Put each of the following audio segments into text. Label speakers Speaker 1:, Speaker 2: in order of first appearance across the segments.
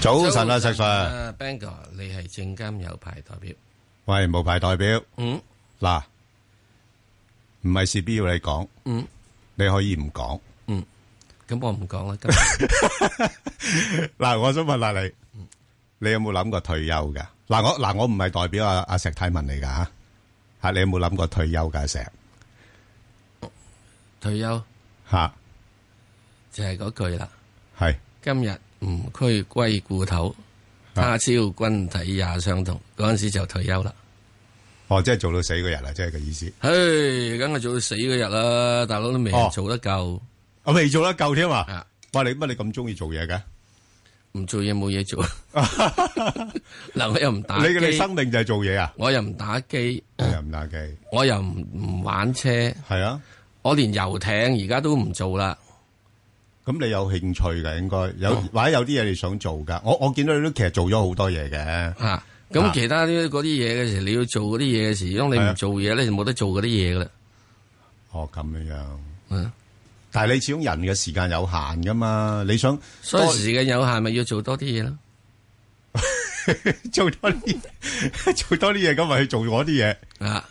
Speaker 1: 早晨啊
Speaker 2: 早
Speaker 1: 石 Sir
Speaker 2: 啊，Bang 哥，你係證監有牌代表，
Speaker 1: 喂，無牌代表
Speaker 2: 嗯
Speaker 1: 嗱，唔係事必要你講，
Speaker 2: 嗯，
Speaker 1: 你可以唔講。
Speaker 2: 咁我唔講啦， 今日
Speaker 1: 嗱，我想問下你，你有冇諗過退休噶？嗱，我嗱我唔係代表阿阿石泰文嚟噶吓，吓你有冇諗過退休噶石
Speaker 2: 退休
Speaker 1: 吓
Speaker 2: 就係嗰句啦。
Speaker 1: 係
Speaker 2: 今日吾軀歸故土，
Speaker 1: 啊
Speaker 2: 他朝君體也相同。嗰阵时就退休啦。
Speaker 1: 哦，即係做到死嗰日啦，即係個意思。
Speaker 2: 唉，梗係做到死嗰日啦，大佬都未
Speaker 1: 哦
Speaker 2: 人做得夠，
Speaker 1: 我未做得夠添啊！
Speaker 2: 啊！
Speaker 1: 哇，你乜你咁中意做嘢 嘅？
Speaker 2: 唔做嘢冇嘢做。 嗱，我又唔打
Speaker 1: 你你
Speaker 2: 機
Speaker 1: 生命就係做嘢啊？
Speaker 2: 我又唔打機，
Speaker 1: 又唔打機，
Speaker 2: 我又唔唔玩車，
Speaker 1: 係啊？
Speaker 2: 我連遊艇而家都唔做啦。
Speaker 1: 咁你有興趣嘅應該有，或者有啲嘢你想做噶。我我見到你都其實做咗好多嘢嘅。
Speaker 2: 吓，
Speaker 1: 啊
Speaker 2: 咁其他啲嗰啲嘢嘅時，你要做嗰啲嘢嘅時，因為你
Speaker 1: 係啊
Speaker 2: 唔做嘢咧，就冇得做嗰啲嘢噶啦。
Speaker 1: 哦，咁樣樣。
Speaker 2: 嗯
Speaker 1: 但係你始終人嘅時間有限噶嘛，你想
Speaker 2: 所以
Speaker 1: 多
Speaker 2: 時間有限，咪要做多啲嘢咯。
Speaker 1: 做多啲 做多啲嘢，咁咪去做嗰啲嘢。
Speaker 2: 啊，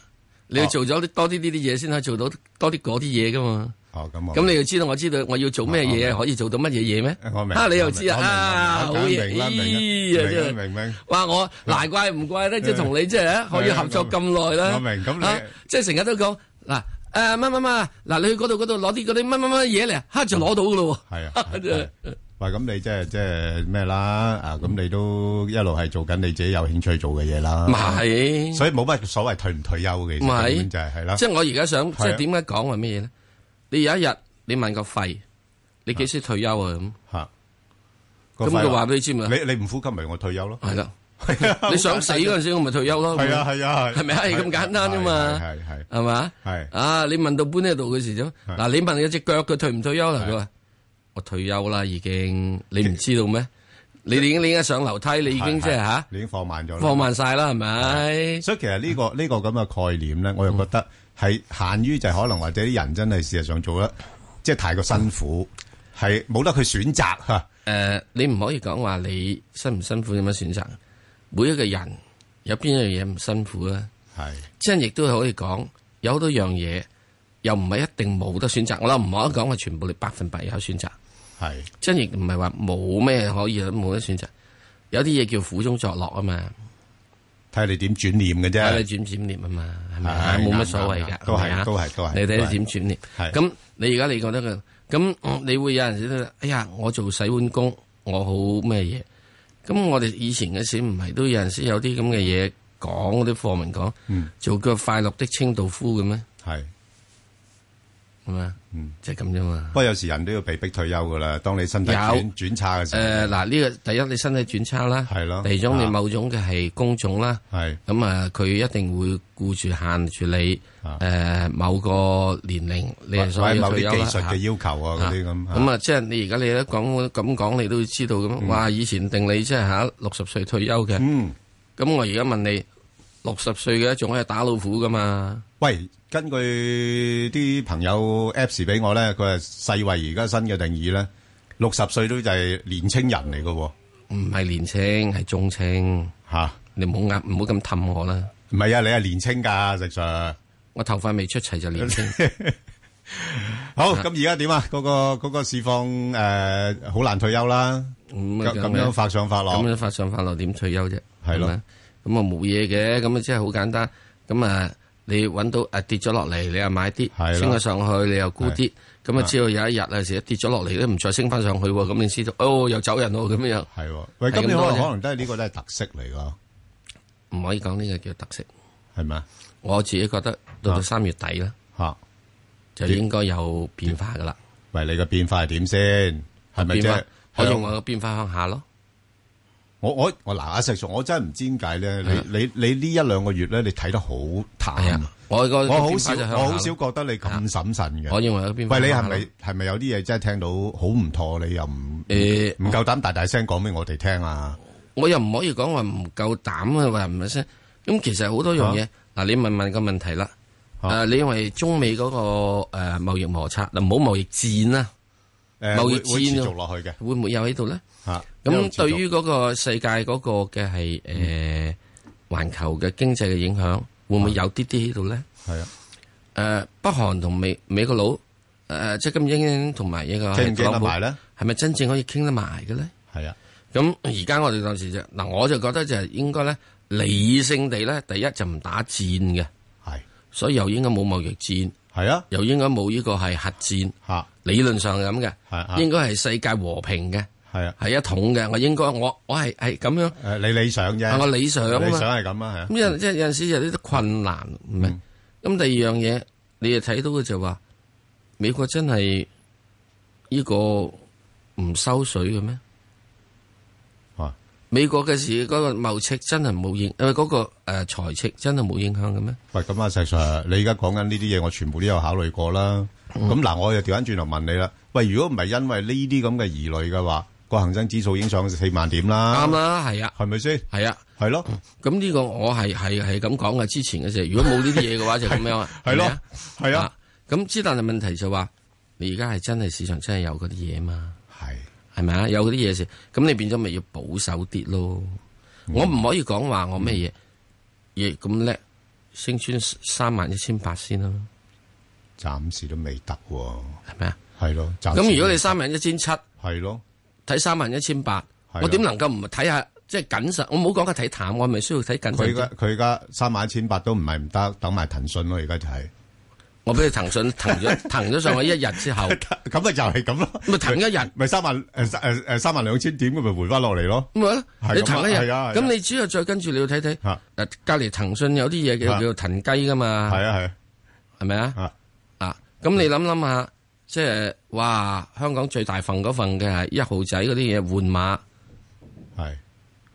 Speaker 2: 你要做咗啲多啲呢啲嘢，先可以做到多啲嗰啲嘢噶嘛。
Speaker 1: 哦，咁我
Speaker 2: 咁你要知道，我知道我要做咩
Speaker 1: 我明
Speaker 2: 嘢，可以做到乜嘢嘢咩？
Speaker 1: 我明
Speaker 2: 啊，你又知啊？
Speaker 1: 我明
Speaker 2: 啊，好
Speaker 1: 我明
Speaker 2: 嘢！
Speaker 1: 我明
Speaker 2: 咦
Speaker 1: 我明
Speaker 2: 真係
Speaker 1: 明明明
Speaker 2: 哇！我難怪唔怪咧，即係同你即係可以合作咁耐啦。
Speaker 1: 我明咁你
Speaker 2: 啊即係成日都講嗱誒乜乜乜嗱，你去嗰度嗰度攞啲嗰啲乜乜乜嘢嚟，嚇就攞到噶咯喎。
Speaker 1: 係啊。係啊喂，咁你即係即係咩啦？啊，咁你都一路係做緊你自己有興趣做嘅嘢啦。
Speaker 2: 唔係，
Speaker 1: 所以冇乜所謂退唔退休嘅，其實
Speaker 2: 唔係
Speaker 1: 根本就係係啦。
Speaker 2: 即係我而家想即
Speaker 1: 係啊
Speaker 2: 係點解講話乜嘢咧？你有一日你問個肺，你幾時退休啊？咁
Speaker 1: 吓，個
Speaker 2: 咁
Speaker 1: 肺啊
Speaker 2: 佢話俾你知咪
Speaker 1: 你你唔呼吸咪我退休咯。
Speaker 2: 啊係啦。 你想死嗰陣時，我咪退休咯。
Speaker 1: 係啊係啊，
Speaker 2: 係咪係咁簡單啫嘛
Speaker 1: 係係係
Speaker 2: 係嘛？
Speaker 1: 係
Speaker 2: 啊！你問到搬呢度嘅時啫，
Speaker 1: 係
Speaker 2: 嗱你問佢只腳佢退唔退休啦？佢話我退休啦，已經你唔知道咩？你已經你而家上樓梯，你已經即係吓
Speaker 1: 你已經放慢咗啦。
Speaker 2: 放。慢晒啦，係咪？
Speaker 1: 所以其實呢個呢個咁嘅概念咧，我又覺得
Speaker 2: 嗯
Speaker 1: 係限於就係可能或者啲人真係事實上做得即係太過辛苦，係冇得去選擇嚇。
Speaker 2: 诶，你唔可以講話你辛唔辛苦有乜選擇？每一個人有邊樣嘢唔辛苦啊咧？
Speaker 1: 係
Speaker 2: 即係亦都可以講有好多樣嘢又唔係一定冇得選擇。我諗唔可以講話全部你百分百有選擇。
Speaker 1: 係
Speaker 2: 真亦唔係話冇咩可以冇得選擇，有啲嘢叫苦中作樂啊嘛，
Speaker 1: 睇下你點轉念嘅
Speaker 2: 睇你
Speaker 1: 啫。
Speaker 2: 轉唔轉念啊嘛，係咪
Speaker 1: 係
Speaker 2: 啊
Speaker 1: 啱
Speaker 2: 冇乜所謂
Speaker 1: 啱
Speaker 2: 㗎，
Speaker 1: 啱都係
Speaker 2: 係咪啊
Speaker 1: 都係都係
Speaker 2: 你
Speaker 1: 都
Speaker 2: 睇
Speaker 1: 係
Speaker 2: 你點轉念。
Speaker 1: 係
Speaker 2: 咁嗯你而家你覺得佢咁，嗯你會有陣時都哎呀，我做洗碗工，我好咩嘢？咁我哋以前嘅時唔係都有陣時有啲咁嘅嘢講，嗰啲課文講，
Speaker 1: 嗯
Speaker 2: 做個快樂的清道夫嘅咩？
Speaker 1: 係。
Speaker 2: 係咪啊？就係咁啫嘛
Speaker 1: 不。過有時人都要被逼退休噶啦。當你身體
Speaker 2: 有
Speaker 1: 轉轉差嘅時候，
Speaker 2: 誒嗱，呢個第一你身體轉差啦，
Speaker 1: 係咯
Speaker 2: 第二種你
Speaker 1: 啊
Speaker 2: 某種嘅係工種啦。
Speaker 1: 係
Speaker 2: 咁啊，佢一定會顧住限住你
Speaker 1: 啊
Speaker 2: 誒某個年齡，你係所
Speaker 1: 或
Speaker 2: 以
Speaker 1: 者某啲
Speaker 2: 退休啦
Speaker 1: 技術嘅要求啊，嗰啲咁
Speaker 2: 咁啊，即係你而家你都講咁講，你都知道咁。哇！以前定你即係嚇六十歲退休嘅，
Speaker 1: 嗯，
Speaker 2: 咁我而家問你六十歲嘅仲可以打老虎噶嘛？
Speaker 1: 喂，根據啲朋友 Apps 俾我咧，佢係世衛而家新嘅定義咧，六十歲都就係年青人嚟嘅喎，
Speaker 2: 唔係年青，係中青，
Speaker 1: 嚇
Speaker 2: 你唔好呃，唔好咁氹我啦。
Speaker 1: 唔係啊，你係年青㗎，石 Sir。
Speaker 2: 我頭髮未出齊就年青，
Speaker 1: 好，咁而家點啊？嗰個嗰個市況誒好難退休啦，
Speaker 2: 咁
Speaker 1: 咁
Speaker 2: 啊
Speaker 1: 咁樣
Speaker 2: 樣
Speaker 1: 發上發落
Speaker 2: 咁，啊樣發上發落點退休啫？
Speaker 1: 係咯
Speaker 2: 咪，咁啊冇嘢嘅，咁啊即係好簡單。咁啊，你揾到啊跌咗落嚟，你又買啲，
Speaker 1: 係啦
Speaker 2: 升咗上去，你又沽啲。咁啊，
Speaker 1: 係
Speaker 2: 知道有一日啊，時一跌咗落嚟都唔再升翻上去喎，咁你知道哦，又走人咯咁樣，
Speaker 1: 係喎。喂，
Speaker 2: 係
Speaker 1: 咁
Speaker 2: 咁
Speaker 1: 你可
Speaker 2: 多
Speaker 1: 能
Speaker 2: 啫
Speaker 1: 可能都係呢個都係特色嚟㗎，
Speaker 2: 唔可以講呢個叫特色。
Speaker 1: 係咪啊？
Speaker 2: 我自己覺得到
Speaker 1: 啊
Speaker 2: 到三月底啦，
Speaker 1: 嚇，
Speaker 2: 就應該有變化噶啦。
Speaker 1: 喂，你個變化係點先？係咪即
Speaker 2: 變
Speaker 1: 係
Speaker 2: 化？我
Speaker 1: 係
Speaker 2: 用我嘅變化向下咯。
Speaker 1: 我我我嗱，阿石 Sir，我真係唔知點解咧，你你你呢一兩個月咧，你睇得好
Speaker 2: 啊係
Speaker 1: 淡
Speaker 2: 啊。，我個
Speaker 1: 我好
Speaker 2: 變
Speaker 1: 少
Speaker 2: 化就向下
Speaker 1: 我好
Speaker 2: 咯啊
Speaker 1: 少覺得你咁審慎嘅。
Speaker 2: 我認為有變化
Speaker 1: 喂，你係
Speaker 2: 咯
Speaker 1: 咪係咪有啲嘢真係聽到好唔妥，你又唔
Speaker 2: 誒
Speaker 1: 唔夠膽大大聲講俾我哋聽啊？
Speaker 2: 我又唔可以講話唔夠膽啊，話唔係聲。咁其實好多樣嘢，嗱你問問個問題啦。
Speaker 1: 啊
Speaker 2: 誒，你認為中美嗰個誒貿易摩擦，嗱唔好貿易戰啦，
Speaker 1: 诶，
Speaker 2: 貿易
Speaker 1: 會會
Speaker 2: 戰
Speaker 1: 持
Speaker 2: 啊
Speaker 1: 續落去嘅
Speaker 2: 會唔會有喺度咧？
Speaker 1: 吓。一路
Speaker 2: 咁
Speaker 1: 持續
Speaker 2: 對於嗰個世界嗰個嘅係
Speaker 1: 嗯
Speaker 2: 誒環球嘅經濟嘅影響，會唔會有啲啲喺度咧？
Speaker 1: 係啊，
Speaker 2: 誒、北韓同美美國佬誒、即係金英英同埋呢個
Speaker 1: 傾唔
Speaker 2: 啊特
Speaker 1: 傾
Speaker 2: 朗
Speaker 1: 得
Speaker 2: 普
Speaker 1: 埋咧？
Speaker 2: 係咪真正可以傾得埋嘅咧？
Speaker 1: 係啊，
Speaker 2: 咁而家我哋當時就嗱，我就覺得就係應該咧理性地咧，第一就唔打戰嘅，
Speaker 1: 係
Speaker 2: 所以又應該冇貿易戰，
Speaker 1: 係啊，
Speaker 2: 又應該冇呢個係核戰，
Speaker 1: 吓
Speaker 2: 理論上係咁嘅，
Speaker 1: 係啊
Speaker 2: 應該係世界和平嘅，
Speaker 1: 係啊，
Speaker 2: 係一統嘅。我應該我我係係咁樣，
Speaker 1: 诶，你理想啫，
Speaker 2: 係我理想啊
Speaker 1: 理
Speaker 2: 嘛。
Speaker 1: 想係咁啊，
Speaker 2: 咁
Speaker 1: 係啊，
Speaker 2: 有即係有陣時有啲困難，唔明。咁、
Speaker 1: 嗯
Speaker 2: 第二樣嘢，你又睇到嘅就話美國真係呢個唔收水嘅咩？
Speaker 1: 啊
Speaker 2: 美國嘅事嗰、個貿赤真係冇影，誒、嗰、個誒、呃、財赤真係冇影響嘅咩？
Speaker 1: 喂，咁啊，石 Sir，你而家講緊呢啲嘢，我全部都有考慮過啦。
Speaker 2: 嗯
Speaker 1: 咁嗱、我又調翻轉頭問你啦。喂，如果唔係因為呢啲咁嘅疑慮嘅話，個恒生指數已經上四萬點啦，
Speaker 2: 啱啦，係啊，
Speaker 1: 係咪先？
Speaker 2: 係啊。
Speaker 1: 係咯，
Speaker 2: 咁呢個我係係係咁講嘅，之前嘅時候，如果冇呢啲嘢嘅話就咁樣啊，
Speaker 1: 係
Speaker 2: 咪
Speaker 1: 咯
Speaker 2: 啊，
Speaker 1: 係啊，。
Speaker 2: 咁之但係問題就話，你而家係真係市場真係有嗰啲嘢嘛？
Speaker 1: 係
Speaker 2: 系咪啊？有嗰啲嘢食，咁你變咗咪要保守啲咯？
Speaker 1: 嗯
Speaker 2: 我唔可以講話我咩嘢，亦咁叻，升穿三萬一千八先啦，
Speaker 1: 暫時都未得喎。
Speaker 2: 係咪啊？
Speaker 1: 係咯，暫時
Speaker 2: 咁如果你三萬一千七
Speaker 1: 係咯，
Speaker 2: 睇三萬一千八，
Speaker 1: 係啊
Speaker 2: 我點能夠唔睇下即係謹慎？我冇講佢睇淡，我係咪需要睇謹
Speaker 1: 佢
Speaker 2: 慎
Speaker 1: 而家
Speaker 2: 啲？
Speaker 1: 佢而家三萬一千八都唔係唔得，等埋騰訊咯，而家就 係。
Speaker 2: 我俾佢騰訊騰 咗騰咗上去一日之後，
Speaker 1: 咁咪就係咁咯，
Speaker 2: 咪騰一日。
Speaker 1: 咪三萬诶诶诶三萬兩千點咁咪回翻落嚟咯。
Speaker 2: 咁咪咯
Speaker 1: 係
Speaker 2: 你
Speaker 1: 咁啊
Speaker 2: 騰一日，
Speaker 1: 係啊係啊
Speaker 2: 咁你只要再跟住你要睇睇，
Speaker 1: 嚇
Speaker 2: 誒隔離騰訊有啲嘢叫
Speaker 1: 啊
Speaker 2: 叫騰雞噶嘛，
Speaker 1: 係啊係啊
Speaker 2: 係咪啊？
Speaker 1: 啊
Speaker 2: 啊，咁你諗諗下，即係哇，香港最大份嗰份嘅係一號仔嗰啲嘢換馬，
Speaker 1: 係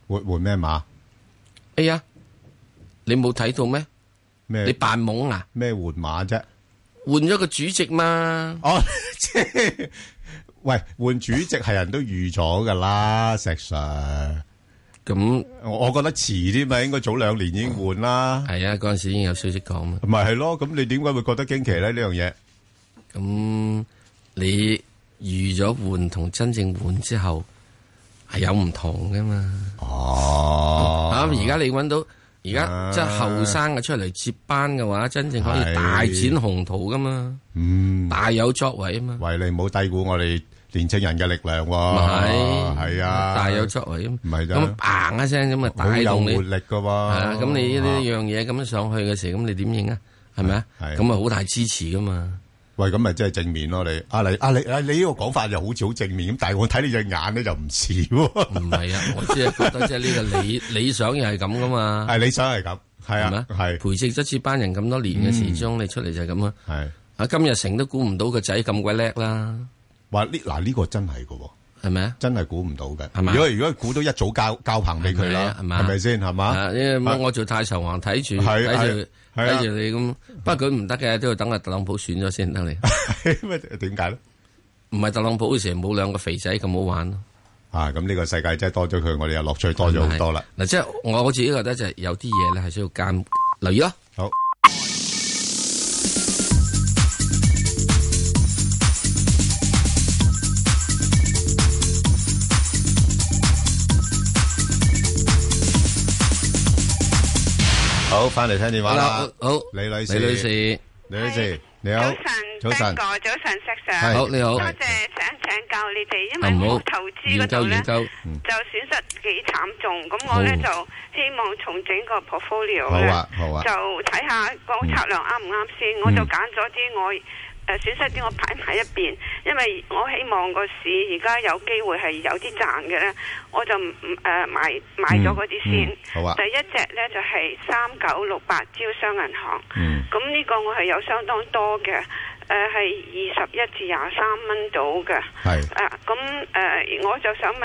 Speaker 1: 換換咩碼
Speaker 2: 哎呀，你冇睇到咩？
Speaker 1: 咩？
Speaker 2: 你扮懵啊？
Speaker 1: 咩換馬啫？
Speaker 2: 換咗個主席嘛？
Speaker 1: 哦， 即係喂換主席係人都預咗噶啦，石 Sir。
Speaker 2: 咁
Speaker 1: 我我覺得遲啲咪應該早兩年已經換啦。
Speaker 2: 係啊，嗰阵时已經有消息講嘛。
Speaker 1: 咪係咯，咁你點解會覺得驚奇咧？呢樣嘢
Speaker 2: 咁你預咗換同真正換之後係有唔同噶嘛？
Speaker 1: 哦
Speaker 2: 啊，而家你揾到而
Speaker 1: 啊
Speaker 2: 家即係後生嘅出嚟接班嘅話，真正可以
Speaker 1: 係
Speaker 2: 大展宏圖噶嘛？
Speaker 1: 嗯，
Speaker 2: 大有作為啊嘛？
Speaker 1: 喂，你唔好低估我哋年青人嘅力量喎。
Speaker 2: 咪係
Speaker 1: 係啊，
Speaker 2: 大有作為咁，
Speaker 1: 唔係㗎
Speaker 2: 咁嘭一聲咁啊，
Speaker 1: 好
Speaker 2: 帶
Speaker 1: 有
Speaker 2: 動你
Speaker 1: 活
Speaker 2: 係
Speaker 1: 力噶喎。
Speaker 2: 啊，咁你呢
Speaker 1: 啊
Speaker 2: 樣嘢咁樣上去嘅時候，咁你點影啊？係咪啊？
Speaker 1: 係
Speaker 2: 咁啊，好大支持噶嘛。
Speaker 1: 喂，咁咪真係正面咯，你啊你啊你啊你呢個講法又好似好正面咁，但係我睇你隻眼咧就唔似喎，
Speaker 2: 唔 係啊，我只係覺得即係呢個理理想又係咁噶嘛，
Speaker 1: 係理想係咁，係
Speaker 2: 係咪
Speaker 1: 啊，係
Speaker 2: 培植咗接班人咁多年
Speaker 1: 嗯
Speaker 2: 嘅時鐘，你出嚟就係咁啊。
Speaker 1: 係
Speaker 2: 啊，今日成都估唔到個仔咁鬼叻啦，
Speaker 1: 話呢嗱呢個真係嘅喎，
Speaker 2: 係咪啊？
Speaker 1: 真係估唔到嘅。
Speaker 2: 係嘛
Speaker 1: 如果如果估到一早交交棚俾佢啦，
Speaker 2: 係咪啊係嘛
Speaker 1: 係咪先係嘛？
Speaker 2: 啊，因為我做太上皇睇住
Speaker 1: 係
Speaker 2: 睇住
Speaker 1: 係係啊
Speaker 2: 睇住你咁，不過佢唔得嘅，都要等阿特朗普選咗先得你。
Speaker 1: 咩點解咧？
Speaker 2: 唔係特朗普嘅時候冇兩個肥仔咁好玩咯。
Speaker 1: 啊， 咁呢個世界真係多咗佢，我哋又樂趣多咗好多啦。
Speaker 2: 嗱，即係我自己覺得就係有啲嘢咧係需要監留意咯。
Speaker 1: 好，好，翻嚟聽電話
Speaker 2: 好
Speaker 1: 啦
Speaker 2: 啦，，好，
Speaker 1: 李女士，
Speaker 2: 李女士，
Speaker 1: 李女士，你好早
Speaker 3: 早晨，，Ben
Speaker 1: 晨
Speaker 3: 哥，，早晨石 Sir，
Speaker 1: 係啊
Speaker 2: 好你好啊
Speaker 3: 多謝想請教你哋，因
Speaker 2: 唔
Speaker 3: 為
Speaker 2: 好
Speaker 3: 我投資嗰
Speaker 2: 研
Speaker 3: 度
Speaker 2: 究
Speaker 3: 咧
Speaker 2: 研
Speaker 3: 就
Speaker 2: 究，
Speaker 3: 損失幾慘重，咁我咧就希望重整個 portfolio
Speaker 1: 好
Speaker 3: 咧，
Speaker 1: 啊，好啊，嗯
Speaker 3: 就睇下個策略啱唔啱先，我就揀咗啲我誒損失啲我擺埋一邊，因為我希望個市而家有機會係有啲賺嘅咧，我就唔唔誒買買咗嗰啲先。
Speaker 1: 嗯好啊
Speaker 3: 第，一隻咧就係三九六八招商銀行。
Speaker 1: 嗯，
Speaker 3: 咁呢個我係有相當多嘅，誒係二十一至廿三蚊到嘅。
Speaker 1: 係。
Speaker 3: 啊，咁誒、呃我就想問，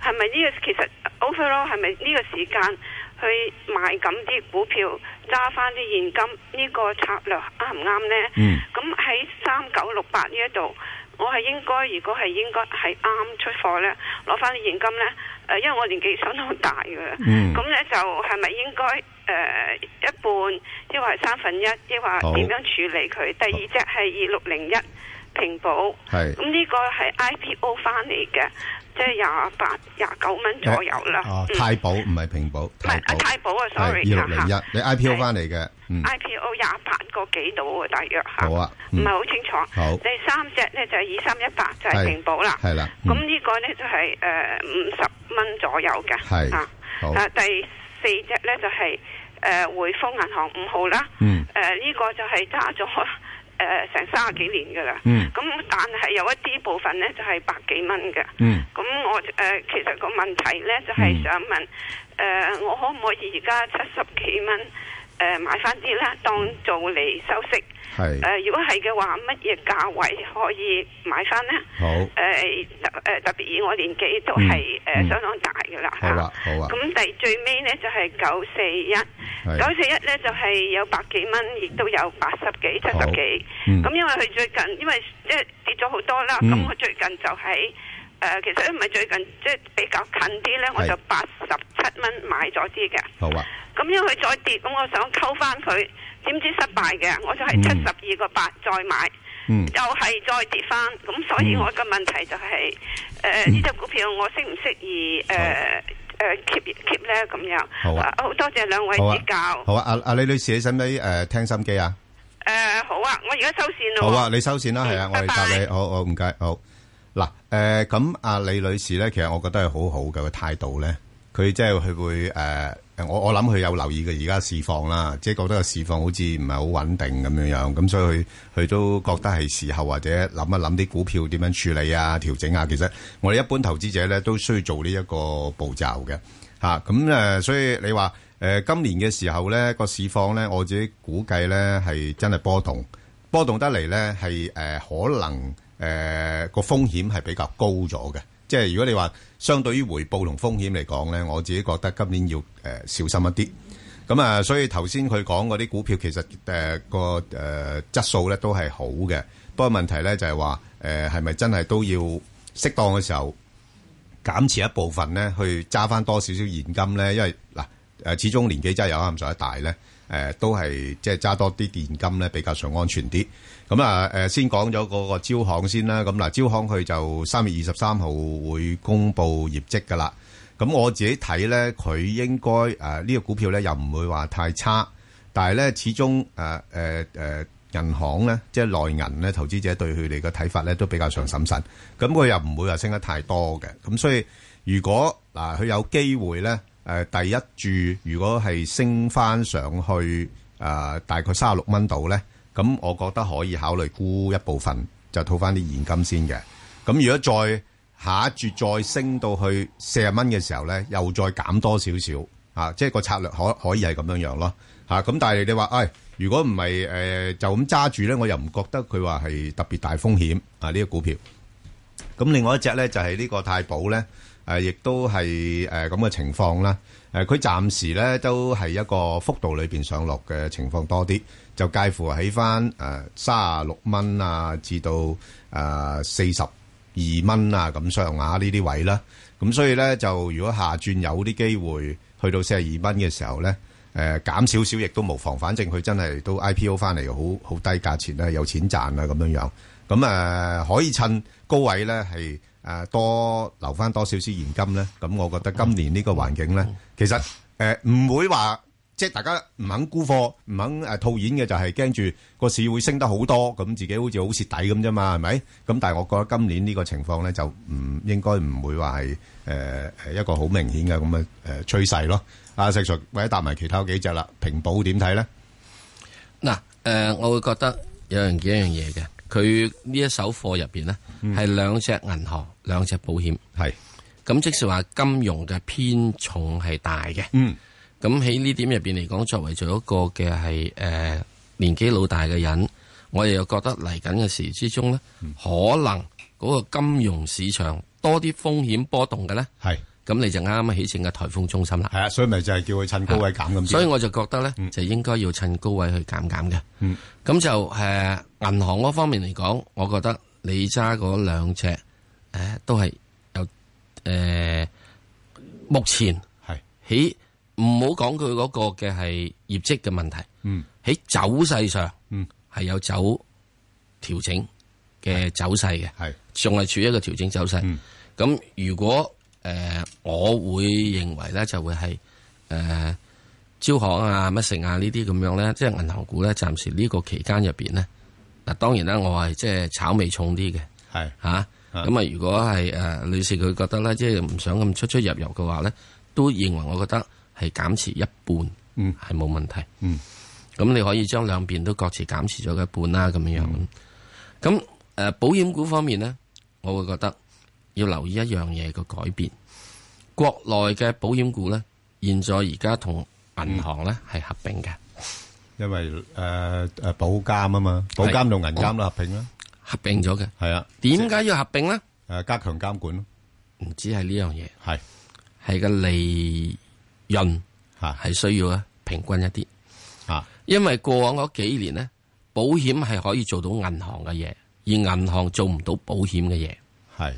Speaker 3: 係咪呢個其實 overall 係咪呢個時間去買咁啲股票，揸翻啲現金呢、個策略啱唔啱呢？
Speaker 1: 嗯
Speaker 3: 咁喺三九六八呢一度，我係應該如果係應該係啱出貨呢，攞翻啲現金呢，誒、呃因為我年紀相當大嘅啦，
Speaker 1: 嗯
Speaker 3: 咁呢、就係咪應該誒、呃一半，抑或係三分一，抑或
Speaker 1: 好
Speaker 3: 點樣處理佢？第二隻係二六零一。平平保。
Speaker 1: 係
Speaker 3: 咁呢個係 IPO 翻嚟嘅，即係廿八、廿九蚊左右啦。
Speaker 1: 啊，
Speaker 3: 嗯
Speaker 1: 太保唔係平保，
Speaker 3: 唔係啊，太保啊
Speaker 1: 係
Speaker 3: ，sorry
Speaker 1: 二六零一，你 IPO
Speaker 3: 係
Speaker 1: 翻嚟嘅，嗯，
Speaker 3: IPO 廿八個幾度啊，大約嚇。
Speaker 1: 好啊
Speaker 3: 唔
Speaker 1: 嗯
Speaker 3: 係好清楚。
Speaker 1: 好
Speaker 3: 第三隻咧就係二三一八，就係平保啦。
Speaker 1: 係啦，
Speaker 3: 咁
Speaker 1: 嗯
Speaker 3: 呢個咧就係誒五十蚊左右嘅。
Speaker 1: 係
Speaker 3: 啊
Speaker 1: 好，
Speaker 3: 啊，第四隻咧就係誒匯豐銀行五號啦。
Speaker 1: 嗯
Speaker 3: 誒呢個就係揸咗誒成三十幾年噶啦。
Speaker 1: 嗯
Speaker 3: 咁但係有一啲部分咧就係百幾蚊嘅。
Speaker 1: 嗯，
Speaker 3: 咁我誒、呃其實個問題咧就係、
Speaker 1: 嗯
Speaker 3: 想問誒、呃我可唔可以而家七十幾蚊誒買翻啲啦，當做嚟收息？誒、
Speaker 1: 係
Speaker 3: 如果係嘅話，乜嘢價位可以買翻呢？
Speaker 1: 好，
Speaker 3: 誒、特誒特別以我年紀都係誒、呃
Speaker 1: 嗯嗯
Speaker 3: 相當大嘅啦
Speaker 1: 好啊，好啊，
Speaker 3: 咁第最尾呢就係九四一，九
Speaker 1: 係
Speaker 3: 四一呢就係、有百幾蚊，亦都有八十幾、七
Speaker 1: 好
Speaker 3: 十幾。
Speaker 1: 嗯
Speaker 3: 咁、因為佢最近因為即係跌咗好多啦，
Speaker 1: 嗯
Speaker 3: 咁、我最近就喺、誒、其實都唔係最近，即係比較近啲呢，我
Speaker 1: 係
Speaker 3: 就八十七蚊買咗啲嘅。
Speaker 1: 好啊，
Speaker 3: 咁因為佢再跌，咁我想溝翻佢，點知失敗嘅，我就係
Speaker 1: 嗯
Speaker 3: 七十二個八再買，
Speaker 1: 嗯
Speaker 3: 又係再跌翻，咁所以
Speaker 1: 嗯
Speaker 3: 我嘅問題就係、誒呢只股票我適唔適宜誒誒 keep keep 咧咁樣？
Speaker 1: 好啊
Speaker 3: 啊好多謝兩位
Speaker 1: 好啊
Speaker 3: 指教。
Speaker 1: 好啊，阿阿李女士，你使唔使誒聽心機啊？
Speaker 3: 誒好啊，我而家收線咯。
Speaker 1: 好啊，你收線啦，
Speaker 3: 嗯
Speaker 1: 係啊，我
Speaker 3: 拜
Speaker 1: 哋
Speaker 3: 拜
Speaker 1: 答你，好好唔該，好嗱，誒咁阿李女士咧，其實我覺得係好好嘅個態度咧，佢即係佢會誒，我我諗佢有留意嘅而家市況啦，即係覺得個市況好似唔係好穩定咁樣樣，咁所以佢佢都覺得係時候或者諗一諗啲股票點樣處理啊、調整啊，其實我哋一般投資者咧都需要做呢一個步驟嘅。吓咁誒，所以你話誒、今年嘅時候咧，個市況咧，我自己估計咧係真係波動，波動得嚟咧係誒可能誒個、風險係比較高咗嘅。即係如果你話呃相對於回報同風險嚟講咧，我自己覺得今年要呃誒、小心一啲。咁啊，所以頭先佢講嗰啲股票其實誒個誒質素咧都係好嘅，不過問題咧就係話誒係咪真係都要適當嘅時候減持一部分咧，去揸翻多少少現金咧，因為嗱誒，始終年紀真係有啱上一大咧，誒、呃都係即係揸多啲現金咧比較上安全啲。咁啊誒，先講咗嗰個招行先啦。咁嗱，招行佢就三月二十三號會公布業績噶啦。咁我自己睇咧，佢應該呃誒呢、個股票咧又唔會話太差，但係咧始終誒誒誒銀行咧，即係內銀咧，投資者對佢哋嘅睇法咧都比較上審慎。咁佢又唔會話升得太多嘅。咁所以如果嗱佢、有機會咧，誒、第一注如果係升翻上去誒、呃大概三十六蚊度咧，咁我覺得可以考慮沽一部分，就套翻啲現金先嘅。咁如果再下一注再升到去四十蚊嘅時候咧，又再減多少少啊，即係個策略可可以係咁樣樣咯嚇。咁、但係你話，唉、如果唔係誒就咁揸住咧，我又唔覺得佢話係特別大風險啊呢、個股票。咁另外一隻咧就係呢個太保咧，誒、亦都係誒咁嘅情況啦。誒、佢暫時咧都係一個幅度裏邊上落嘅情況多啲，就介乎喺翻誒三十六蚊啊，至到誒四十二蚊啊咁上下呢啲位啦。咁所以咧就如果下轉有啲機會去到四十二蚊嘅時候咧，誒、減少少亦都無妨，反正佢真係都 IPO 翻嚟，好好低價錢啦，有錢賺啊啦咁樣樣。咁誒、呃可以趁高位咧係誒多留翻多少少現金咧，咁我覺得今年呢個環境咧，其實誒唔、會話即係大家唔肯沽貨，唔肯誒套現嘅就係驚住個市會升得好多，咁自己好似好蝕底咁啫嘛，係咪？咁但係我覺得今年呢個情況咧就唔應該唔會話係誒誒一個好明顯嘅咁嘅誒趨勢咯。阿石 Sir 或者搭埋其他幾隻啦，平保點睇咧？
Speaker 2: 嗱，誒，我會覺得有樣幾樣嘢嘅，佢呢一手貨入邊呢，
Speaker 1: 嗯
Speaker 2: 係兩隻銀行、兩隻保險，
Speaker 1: 係
Speaker 2: 咁即是話金融嘅偏重係大嘅。
Speaker 1: 嗯
Speaker 2: 咁喺呢點入邊嚟講，作為做一個嘅係誒年紀老大嘅人，我哋又覺得嚟緊嘅時之中呢，可能嗰個金融市場多啲風險波動嘅呢，
Speaker 1: 係
Speaker 2: 咁你就啱啱起正嘅颱風中心啦。
Speaker 1: 係啊，所以咪就係叫佢趁高位減咁啲
Speaker 2: 所以我就覺得呢，就應該要趁高位去減減嘅。
Speaker 1: 嗯
Speaker 2: 咁就誒銀行嗰方面嚟講，我覺得你揸嗰兩隻誒都係有誒目前。
Speaker 1: 係
Speaker 2: 喺唔好講佢嗰個嘅係業績嘅問題，
Speaker 1: 嗯
Speaker 2: 喺走勢上，
Speaker 1: 嗯
Speaker 2: 係有走調整嘅走勢嘅，
Speaker 1: 係
Speaker 2: 仲係處於一個調整走勢。咁、如果誒、呃我會認為咧就會係誒、呃招行啊、乜成啊呢啲咁樣咧，即係銀行股咧，暫時呢個期間入邊咧，嗱當然啦，我係即係炒味重啲嘅。
Speaker 1: 係
Speaker 2: 吓。
Speaker 1: 啊
Speaker 2: 咁啊，如果係誒女士佢覺得咧，即係唔想咁出出入入嘅話咧，都認為我覺得係減持一半，
Speaker 1: 嗯
Speaker 2: 係冇問題。
Speaker 1: 嗯，
Speaker 2: 咁你可以將兩邊都各自減持咗一半啦，咁樣樣。
Speaker 1: 嗯
Speaker 2: 咁誒、呃保險股方面咧，我會覺得要留意一樣嘢嘅改變。國內嘅保險股咧，現在而家同銀行咧係合併嘅，
Speaker 1: 因為诶诶保監啊嘛，保監同銀監啦合併啦，
Speaker 2: 合併咗嘅。
Speaker 1: 係啊，
Speaker 2: 點解要合併咧？
Speaker 1: 诶加強監管咯，
Speaker 2: 唔止係呢樣嘢，
Speaker 1: 係
Speaker 2: 係個利潤。
Speaker 1: 吓
Speaker 2: 係需要咧平均一啲，
Speaker 1: 啊
Speaker 2: 因為過往嗰幾年呢，保險係可以做到銀行嘅嘢，而銀行做唔到保險嘅嘢，
Speaker 1: 係，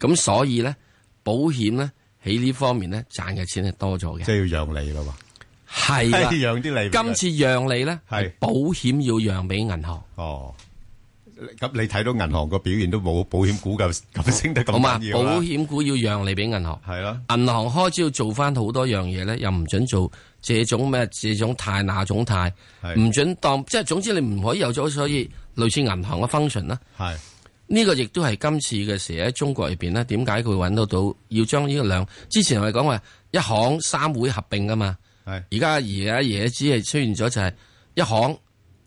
Speaker 2: 咁所以呢，保險呢喺呢方面呢賺嘅錢係多咗
Speaker 1: 即
Speaker 2: 嘅，
Speaker 1: 係要讓利咯喎，
Speaker 2: 係 啦。
Speaker 1: 係讓啲利。
Speaker 2: 今次讓利呢，
Speaker 1: 係
Speaker 2: 係保險要讓俾銀行，
Speaker 1: 哦，咁你睇到銀行個表現都冇保險股咁咁升得咁
Speaker 2: 好嘛？
Speaker 1: 緊要
Speaker 2: 保
Speaker 1: 啦，
Speaker 2: 險股要讓利俾銀行，
Speaker 1: 係啦，
Speaker 2: 銀行開始要做翻好多樣嘢呢，又唔准做這種咩這種貸那種貸，
Speaker 1: 係
Speaker 2: 唔准當即係總之你唔可以有咗所以類似銀行嘅 function 啦。
Speaker 1: 係
Speaker 2: 呢個亦都係今次嘅事喺中國入邊咧，點解佢揾到到要將呢個兩之前我哋講話一行三會合併噶嘛，
Speaker 1: 係
Speaker 2: 而家而家而家只係出現咗就係一行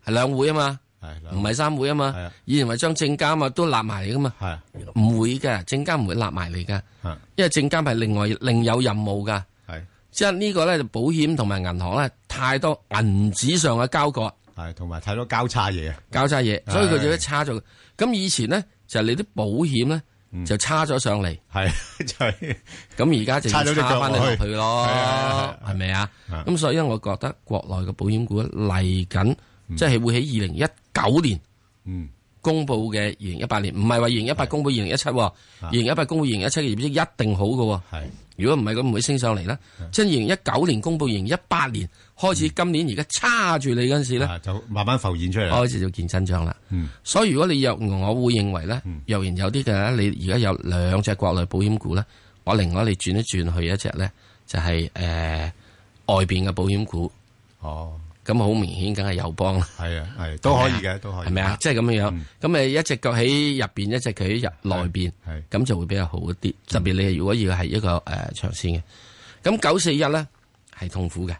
Speaker 2: 係兩會啊嘛，
Speaker 1: 係啦
Speaker 2: 唔係三會啊
Speaker 1: 係
Speaker 2: 嘛
Speaker 1: 啊，
Speaker 2: 以前咪將證監啊都立埋嚟噶嘛，
Speaker 1: 係啊
Speaker 2: 唔會嘅，證監唔會立埋嚟噶，
Speaker 1: 係
Speaker 2: 因為證監係另外另有任務噶，
Speaker 1: 係
Speaker 2: 即係呢個咧就保險同埋銀行咧太多銀紙上嘅交割。
Speaker 1: 係，同埋睇到交叉嘢啊，
Speaker 2: 交叉嘢，所以佢
Speaker 1: 係
Speaker 2: 就一差咗。咁以前呢，就係你啲保險
Speaker 1: 嗯
Speaker 2: 咧就差咗上嚟，
Speaker 1: 係 就係
Speaker 2: 咁而家就
Speaker 1: 差
Speaker 2: 要
Speaker 1: 咗隻腳
Speaker 2: 差翻你
Speaker 1: 落
Speaker 2: 落
Speaker 1: 去
Speaker 2: 去
Speaker 1: 係啊
Speaker 2: 咯，係咪啊？
Speaker 1: 啊
Speaker 2: 咁所以我覺得國內嘅保險股嚟緊，即係會喺二零一九年
Speaker 1: 嗯
Speaker 2: 公布嘅二零一八年，唔係話二零一八公布二零一七，
Speaker 1: 啊
Speaker 2: 二零一八公布二零一七嘅業績一定好嘅喎。
Speaker 1: 係
Speaker 2: 如果唔係，咁唔會升上嚟啦。
Speaker 1: 啊
Speaker 2: 即係二零一九年公布二零一八年開始，今年而家差住你嗰陣時咧。
Speaker 1: 嗯啊就慢慢浮現出嚟啦，
Speaker 2: 開始就見真章啦。
Speaker 1: 嗯
Speaker 2: 所以如果你若我會認為咧，若然有啲嘅咧，你而家有兩隻國內保險股咧，我另外你轉一轉去一隻咧，就係、呃外邊嘅保險股，
Speaker 1: 哦。
Speaker 2: 咁好明顯梗係友邦啦，
Speaker 1: 係啊，係都可以嘅，都可以。
Speaker 2: 係咪啊？？即係咁樣樣，咁你一隻腳喺入邊，一隻腳喺入內邊，
Speaker 1: 係
Speaker 2: 咁就會比較好一啲。特別你如果要係一個誒、呃、長線嘅，咁九四一咧係痛苦嘅。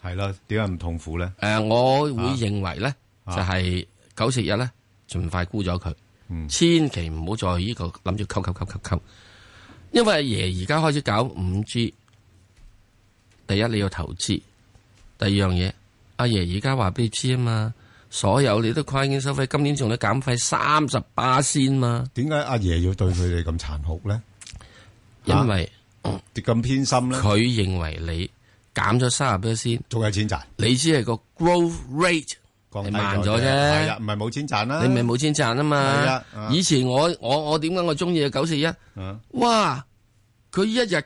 Speaker 1: 係咯，點解唔痛苦咧？
Speaker 2: 誒、呃我會認為咧，
Speaker 1: 啊
Speaker 2: 就係九四日咧，盡快沽咗佢，
Speaker 1: 嗯
Speaker 2: 千祈唔好再呢、個諗住溝溝溝溝溝，因為阿爺而家開始搞五 G，第一你要投資，第二樣嘢，阿爺而家話俾你知啊嘛，所有你都跨境收費，今年仲要減費三十八先嘛，
Speaker 1: 點解阿爺要對佢哋咁殘酷咧？啊
Speaker 2: 因為
Speaker 1: 咁偏心咧？
Speaker 2: 佢認為你減咗三十八先，
Speaker 1: 仲有錢賺，
Speaker 2: 你只係個 growth rate
Speaker 1: 降低
Speaker 2: 你慢咗啫
Speaker 1: 係啊，唔係冇錢賺啦。
Speaker 2: 你咪冇錢賺啊
Speaker 1: 係啊
Speaker 2: 嘛
Speaker 1: 啊！
Speaker 2: 以前我我我點解我中意九四一？
Speaker 1: 啊
Speaker 2: 哇！佢一日吸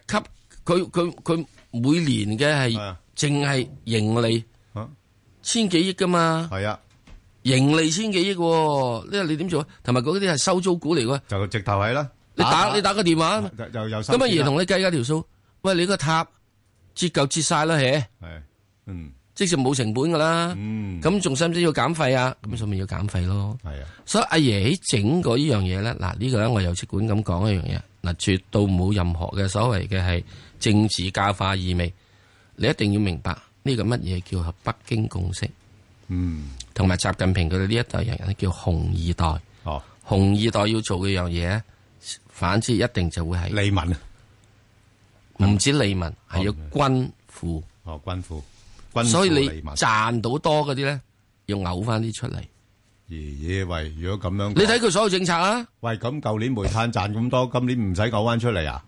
Speaker 2: 佢佢佢每年嘅
Speaker 1: 係
Speaker 2: 係
Speaker 1: 啊
Speaker 2: 淨係盈利
Speaker 1: 啊
Speaker 2: 千幾億噶嘛，
Speaker 1: 係啊，
Speaker 2: 盈利千幾億喎，呢個你點做啊？同埋嗰啲係收租股嚟喎，
Speaker 1: 就直頭係啦。
Speaker 2: 你打你打個電話啊嘛，
Speaker 1: 又又又
Speaker 2: 咁阿爺
Speaker 1: 同
Speaker 2: 同你計計條
Speaker 1: 啊
Speaker 2: 數，喂你個塔折舊折晒啦，嘿，
Speaker 1: 係嗯
Speaker 2: 即時冇成本噶啦，
Speaker 1: 嗯
Speaker 2: 咁仲使唔使要減費啊？咁所以咪要減費咯。
Speaker 1: 係啊
Speaker 2: 所以阿爺喺整個呢樣嘢咧，嗱呢個咧我有即管咁講一樣嘢，嗱絕對冇任何嘅所謂嘅係政治教化意味，你一定要明白呢個乜嘢叫做北京共識，
Speaker 1: 嗯
Speaker 2: 同埋習近平佢哋呢一代人咧叫紅二代，
Speaker 1: 哦
Speaker 2: 紅二代要做嘅樣嘢咧，反之一定就會係
Speaker 1: 利民啊
Speaker 2: 唔止利民，係要均富，
Speaker 1: 哦軍富軍
Speaker 2: 所以
Speaker 1: 富
Speaker 2: 你
Speaker 1: 利民
Speaker 2: 賺到多嗰啲咧，要嘔翻啲出嚟。
Speaker 1: 爺爺喂，如果咁樣講
Speaker 2: 你睇佢所有政策啊，
Speaker 1: 喂咁舊年煤炭賺咁多，今年唔使講翻出嚟 啊，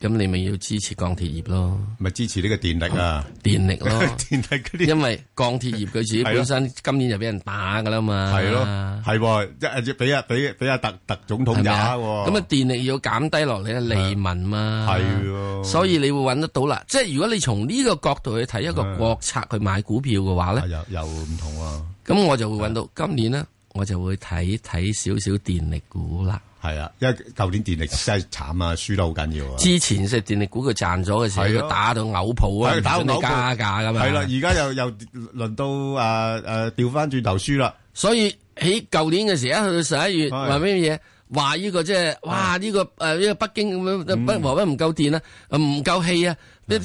Speaker 2: 咁你咪要支持鋼鐵業咯，
Speaker 1: 咪支持呢個電力啊，
Speaker 2: 電力咯。
Speaker 1: 電力嗰啲。
Speaker 2: 因為鋼鐵業佢自己本身今年就俾人打噶啦嘛，
Speaker 1: 係咯，係喎，一俾阿俾俾阿特特總統
Speaker 2: 係咪
Speaker 1: 打
Speaker 2: 啊？
Speaker 1: 喎，
Speaker 2: 咁啊，電力要減低落嚟啊，利民嘛，
Speaker 1: 係喎
Speaker 2: 所以你會揾得到啦。即係如果你從呢個角度去睇一個國策去買股票嘅話
Speaker 1: 啊
Speaker 2: 咧，
Speaker 1: 又又唔同喎，
Speaker 2: 咁我就會揾到今年呢，我就會睇睇少少電力股啦。
Speaker 1: 係啊，因為舊年電力真係慘啊，輸得好緊要啊。
Speaker 2: 之前食電力股佢賺咗嘅時候，
Speaker 1: 係啊
Speaker 2: 佢打到嘔泡啊，
Speaker 1: 係打到
Speaker 2: 唔准你
Speaker 1: 嘔泡
Speaker 2: 加價噶嘛。
Speaker 1: 係啦，而家又又輪到誒誒調翻轉頭輸啦。
Speaker 2: 所以喺舊年嘅時候，啊一去到十一月
Speaker 1: 係
Speaker 2: 話咩嘢？話呢個即係哇呢個誒呢個北京咁
Speaker 1: 嗯
Speaker 2: 樣北河北唔夠電啊，唔夠氣啊！一啲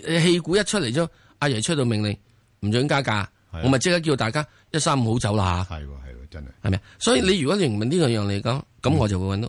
Speaker 2: 氣氣股一出嚟咗，阿爺出到命令唔准加價
Speaker 1: 係啊，
Speaker 2: 我咪即刻叫大家一三五好走啦
Speaker 1: 係喎係喎，真係
Speaker 2: 係咪啊？所以你如果你唔問呢個樣嚟講，
Speaker 1: 嗯
Speaker 2: 咁我就會揾到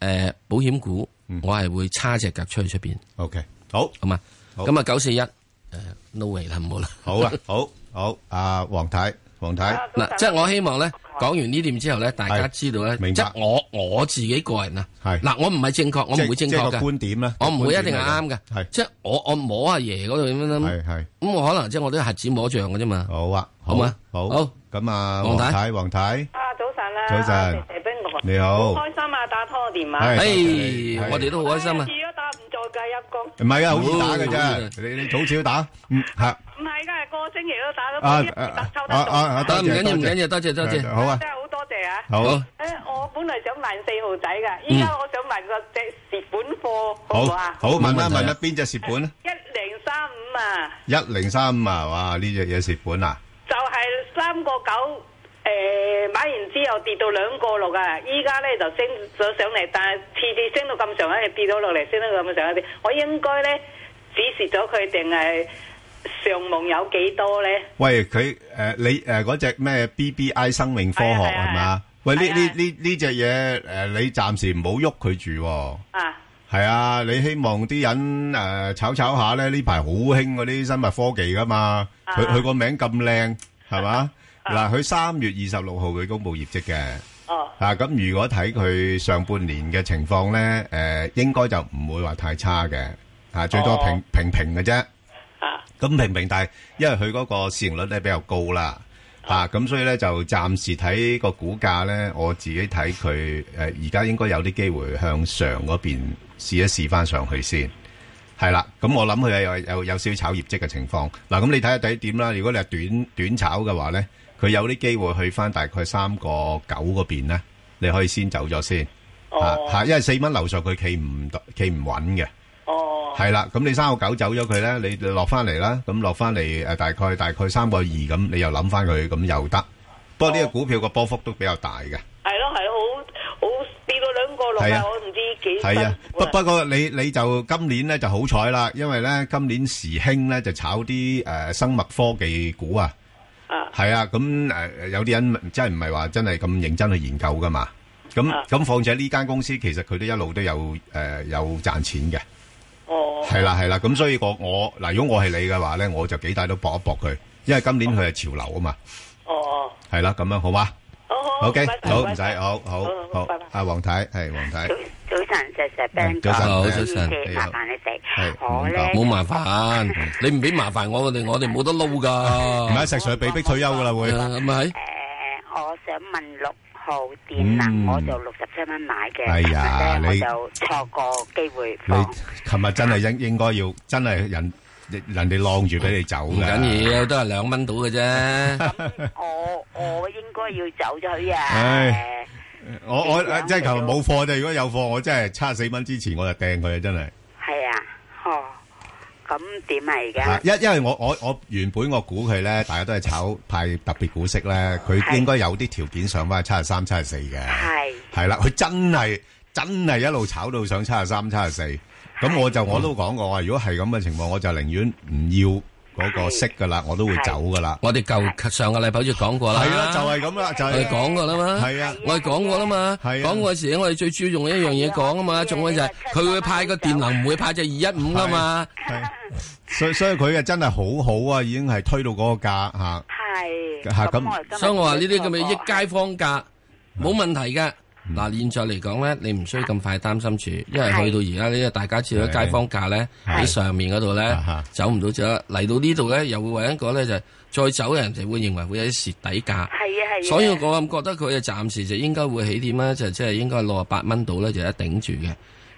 Speaker 2: 誒保險股，我係會叉只腳出去出邊，
Speaker 1: OK。好，
Speaker 2: 好嘛？
Speaker 1: 好
Speaker 2: 咁啊九四一誒呃 no way 啦，唔好啦。
Speaker 1: 好啦，好好。阿黃太，黃太，
Speaker 2: 嗱，即係我希望咧，講完呢點之後咧，大
Speaker 1: 係
Speaker 2: 家知道咧，
Speaker 1: 明白
Speaker 2: 即係我我自己個人啊，
Speaker 1: 係
Speaker 2: 嗱，我唔係正確，我唔會
Speaker 1: 即
Speaker 2: 正
Speaker 1: 即係
Speaker 2: 確
Speaker 1: 個
Speaker 2: 嘅，
Speaker 1: 觀點咧，
Speaker 2: 我唔會一定係啱
Speaker 1: 係
Speaker 2: 嘅，
Speaker 1: 係
Speaker 2: 即係我我摸阿爺嗰度咁樣
Speaker 1: 係
Speaker 2: 諗，
Speaker 1: 係
Speaker 2: 咁我可能即係我都係子摸象嘅啫嘛，
Speaker 1: 好啊，
Speaker 2: 好嘛
Speaker 1: 好
Speaker 2: 好
Speaker 1: 咁啊，黃
Speaker 2: 黃太
Speaker 1: 太，黃太，
Speaker 4: 啊，早晨啦，
Speaker 1: 早晨
Speaker 4: 謝謝冰哥
Speaker 1: 你好
Speaker 4: 開心啊，打通個電話，
Speaker 1: 係
Speaker 2: 誒
Speaker 1: 係，
Speaker 2: 哎我哋都好開心啊
Speaker 4: 哎呀，如果打唔做嘅陰公，
Speaker 1: 唔係啊，
Speaker 2: 哦
Speaker 1: 好易打嘅
Speaker 2: 好
Speaker 1: 啫，你你好少打，嗯係啊
Speaker 4: 唔係㗎，個星期都打到，
Speaker 1: 啊
Speaker 4: 嗰啲特抽
Speaker 1: 啊
Speaker 4: 得
Speaker 1: 啊啊
Speaker 4: 到，
Speaker 1: 多
Speaker 2: 得
Speaker 1: 謝
Speaker 2: 唔
Speaker 1: 多謝
Speaker 2: 緊要唔緊要，多謝多謝，
Speaker 1: 好啊，
Speaker 4: 真係好多謝啊！
Speaker 1: 好
Speaker 2: 好，
Speaker 4: 誒，我本來想問四號仔㗎，依家
Speaker 2: 嗯
Speaker 4: 我想問個隻蝕本貨好唔好
Speaker 1: 好
Speaker 4: 啊？
Speaker 1: 好問啦
Speaker 2: 冇問題啊
Speaker 1: 問啦，邊只蝕本咧？
Speaker 4: 一零三五啊，
Speaker 1: 一零三五啊，哇！呢只嘢蝕本啊，
Speaker 4: 就係三個九。誒買完之後跌到兩個六啊！依家咧就升咗上嚟，但係次次升到咁上下，跌到落嚟，升到咁上下，我應該咧指示咗佢定係上夢有幾多咧？
Speaker 1: 喂佢誒你誒嗰只咩 BBI 生命科學
Speaker 4: 係啊係啊
Speaker 1: 係嘛？喂呢
Speaker 4: 係啊
Speaker 1: 呢呢呢只嘢誒你暫時唔好喐佢住喎。
Speaker 4: 啊，
Speaker 1: 係啊，你希望啲人誒、呃炒炒下咧？呢排好興嗰啲生物科技噶嘛，佢佢個名咁靚係嘛？嗱，佢三月二十六號佢公布業績嘅，
Speaker 4: 哦，
Speaker 1: 啊咁如果睇佢上半年嘅情況咧，誒、呃、應該就唔會話太差嘅，啊最多
Speaker 4: 哦
Speaker 1: 平平平嘅啫。
Speaker 4: 啊，
Speaker 1: 咁平平，但係因為佢嗰個市盈率咧比較高啦，啊，咁所以咧就暫時睇個股價咧，我自己睇佢誒而家應該有啲機會向上嗰邊試一試翻上去先，係啦。咁我諗佢有有有少少炒業績嘅情況。嗱，咁你睇下第一點啦。如果你係短短炒嘅話咧，佢有啲機會去翻大概三個九嗰邊咧，你可以先走咗先，啊
Speaker 4: 哦，
Speaker 1: 嚇，因為四蚊樓上佢企唔到企唔穩嘅。
Speaker 4: 哦，
Speaker 1: 係啦，咁你三個九走咗佢咧，你落翻嚟啦，咁落翻嚟誒大概大概三個二咁，你又諗翻佢咁又得。不過呢個股票個波幅都比較大嘅，
Speaker 4: 係咯係咯，好好跌到兩個六
Speaker 1: 係啊
Speaker 4: 啊！我唔知幾
Speaker 1: 係啊。
Speaker 4: 辛苦
Speaker 1: 不不過你你就今年咧就好彩啦，因為咧今年時興咧就炒啲誒生物科技股啊，
Speaker 4: 啊
Speaker 1: 係啊，咁誒有啲人真係唔係話真係咁認真去研究噶嘛。咁
Speaker 4: 啊
Speaker 1: 咁況且呢間公司其實佢都一路都有誒有賺錢嘅。
Speaker 4: 哦，
Speaker 1: 係啦係啦，咁所以我我嗱，如果我係你嘅話咧，我就幾大都搏一搏佢，因為今年佢係潮流啊嘛，
Speaker 4: 哦，
Speaker 1: 係啦，咁樣好嘛
Speaker 4: 好好
Speaker 1: ？OK，
Speaker 4: 拜拜
Speaker 1: 好
Speaker 4: 拜
Speaker 1: 唔使，
Speaker 4: 拜
Speaker 1: 好好好
Speaker 4: 拜拜，
Speaker 1: 阿黃太係黃太，
Speaker 5: 早早晨，石石 Ben
Speaker 1: 早晨
Speaker 5: 哥
Speaker 1: 早
Speaker 2: 晨
Speaker 5: 唔好意思
Speaker 1: 你好
Speaker 5: 麻煩你哋
Speaker 1: 係，
Speaker 5: 我咧
Speaker 2: 冇麻煩，你唔俾麻煩我哋，我哋冇得撈
Speaker 1: 唔
Speaker 2: 噶，
Speaker 1: 係石 Sir 被逼退休噶啦會，
Speaker 2: 哦係咪？
Speaker 5: 诶，我想問六號電
Speaker 1: 嗯
Speaker 5: 能，我就六十七蚊買嘅，
Speaker 1: 哎呀
Speaker 5: 琴日
Speaker 1: 你
Speaker 5: 呢我就錯過機會
Speaker 1: 你
Speaker 5: 放。
Speaker 1: 琴日真係應應該要真係人人哋晾住俾你走
Speaker 2: 唔
Speaker 1: 嘅，
Speaker 2: 緊要，都係兩蚊到 嘅啫。
Speaker 5: 我我應該要走咗去
Speaker 1: 唉
Speaker 5: 啊！
Speaker 1: 我我即係琴日冇貨啫，如果有貨我真係差四蚊之前我就掟佢啊，真係。
Speaker 5: 係啊，哦，咁點啊而
Speaker 1: 啊
Speaker 5: 家？
Speaker 1: 因因為我我我原本我估佢咧，大家都係炒派特別股息咧，佢
Speaker 5: 係
Speaker 1: 應該有啲條件上翻去七十三、七十四嘅，
Speaker 5: 係
Speaker 1: 係啦，佢真係真係一路炒到上七十三、七十四，咁我就我都講過啊，如果係咁嘅情況，我就寧願唔要嗰個息噶啦，我都會走噶啦，
Speaker 2: 我哋舊上個禮拜好似講過啦，
Speaker 1: 係啦，就係咁啦，就
Speaker 2: 我哋
Speaker 1: 係
Speaker 2: 講過啦嘛，
Speaker 1: 係啊，
Speaker 2: 我哋講過啦嘛，
Speaker 1: 係啊
Speaker 2: 講過嘅時我哋最注重一樣嘢講啊嘛，仲有就係啊佢會派個電能，唔會派隻二一五噶嘛，
Speaker 1: 係，啊所以所以佢啊真係好好啊，已經係推到嗰個價嚇，
Speaker 5: 係，
Speaker 1: 嚇咁
Speaker 5: 我今日
Speaker 2: 所以我話呢啲咁嘅
Speaker 5: 錯過
Speaker 2: 益街坊價冇問題嘅。
Speaker 1: 嗯
Speaker 2: 嗱，現在嚟講咧，你唔需要咁快擔心住，因為去到而家呢個大家知道街坊價咧
Speaker 1: 係
Speaker 2: 喺上面嗰度咧
Speaker 1: 啊哈
Speaker 2: 走唔到咗，嚟到呢度咧又會為一個咧就係再走人哋會認為會有啲蝕底價。
Speaker 5: 係啊係啊，
Speaker 2: 所以我咁覺得佢啊，暫時就應該會起點啦，就即係應該六啊八蚊度咧，就一頂住嘅。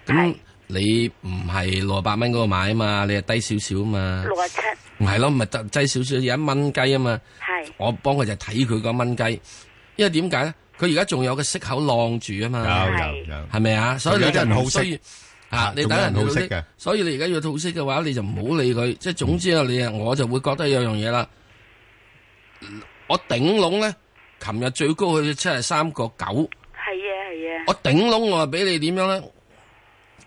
Speaker 2: 咁
Speaker 5: 係
Speaker 2: 你唔係六啊八蚊嗰個買啊嘛，你係低少少啊嘛，
Speaker 5: 六啊七
Speaker 2: 唔係咯，咪低少少有一蚊雞啊嘛。
Speaker 5: 係
Speaker 2: 我幫佢就睇佢個蚊雞因為點解咧？佢而家仲有個息口晾住啊嘛，
Speaker 1: 有有有。
Speaker 2: 係咪啊？所以你
Speaker 1: 有啲人好
Speaker 2: 唔需要
Speaker 1: 息
Speaker 2: 啊
Speaker 1: 啊，
Speaker 2: 你
Speaker 1: 仲
Speaker 2: 等
Speaker 1: 有
Speaker 2: 人
Speaker 1: 人好
Speaker 2: 好息
Speaker 1: 息嘅
Speaker 2: 所以你而家要套息嘅話，你就唔好理佢。即係總之啊，你啊，我就會覺得有樣嘢啦。我頂籠咧，琴日最高去到七十三個九。
Speaker 5: 系啊系啊，
Speaker 2: 我頂籠我話俾你點樣咧？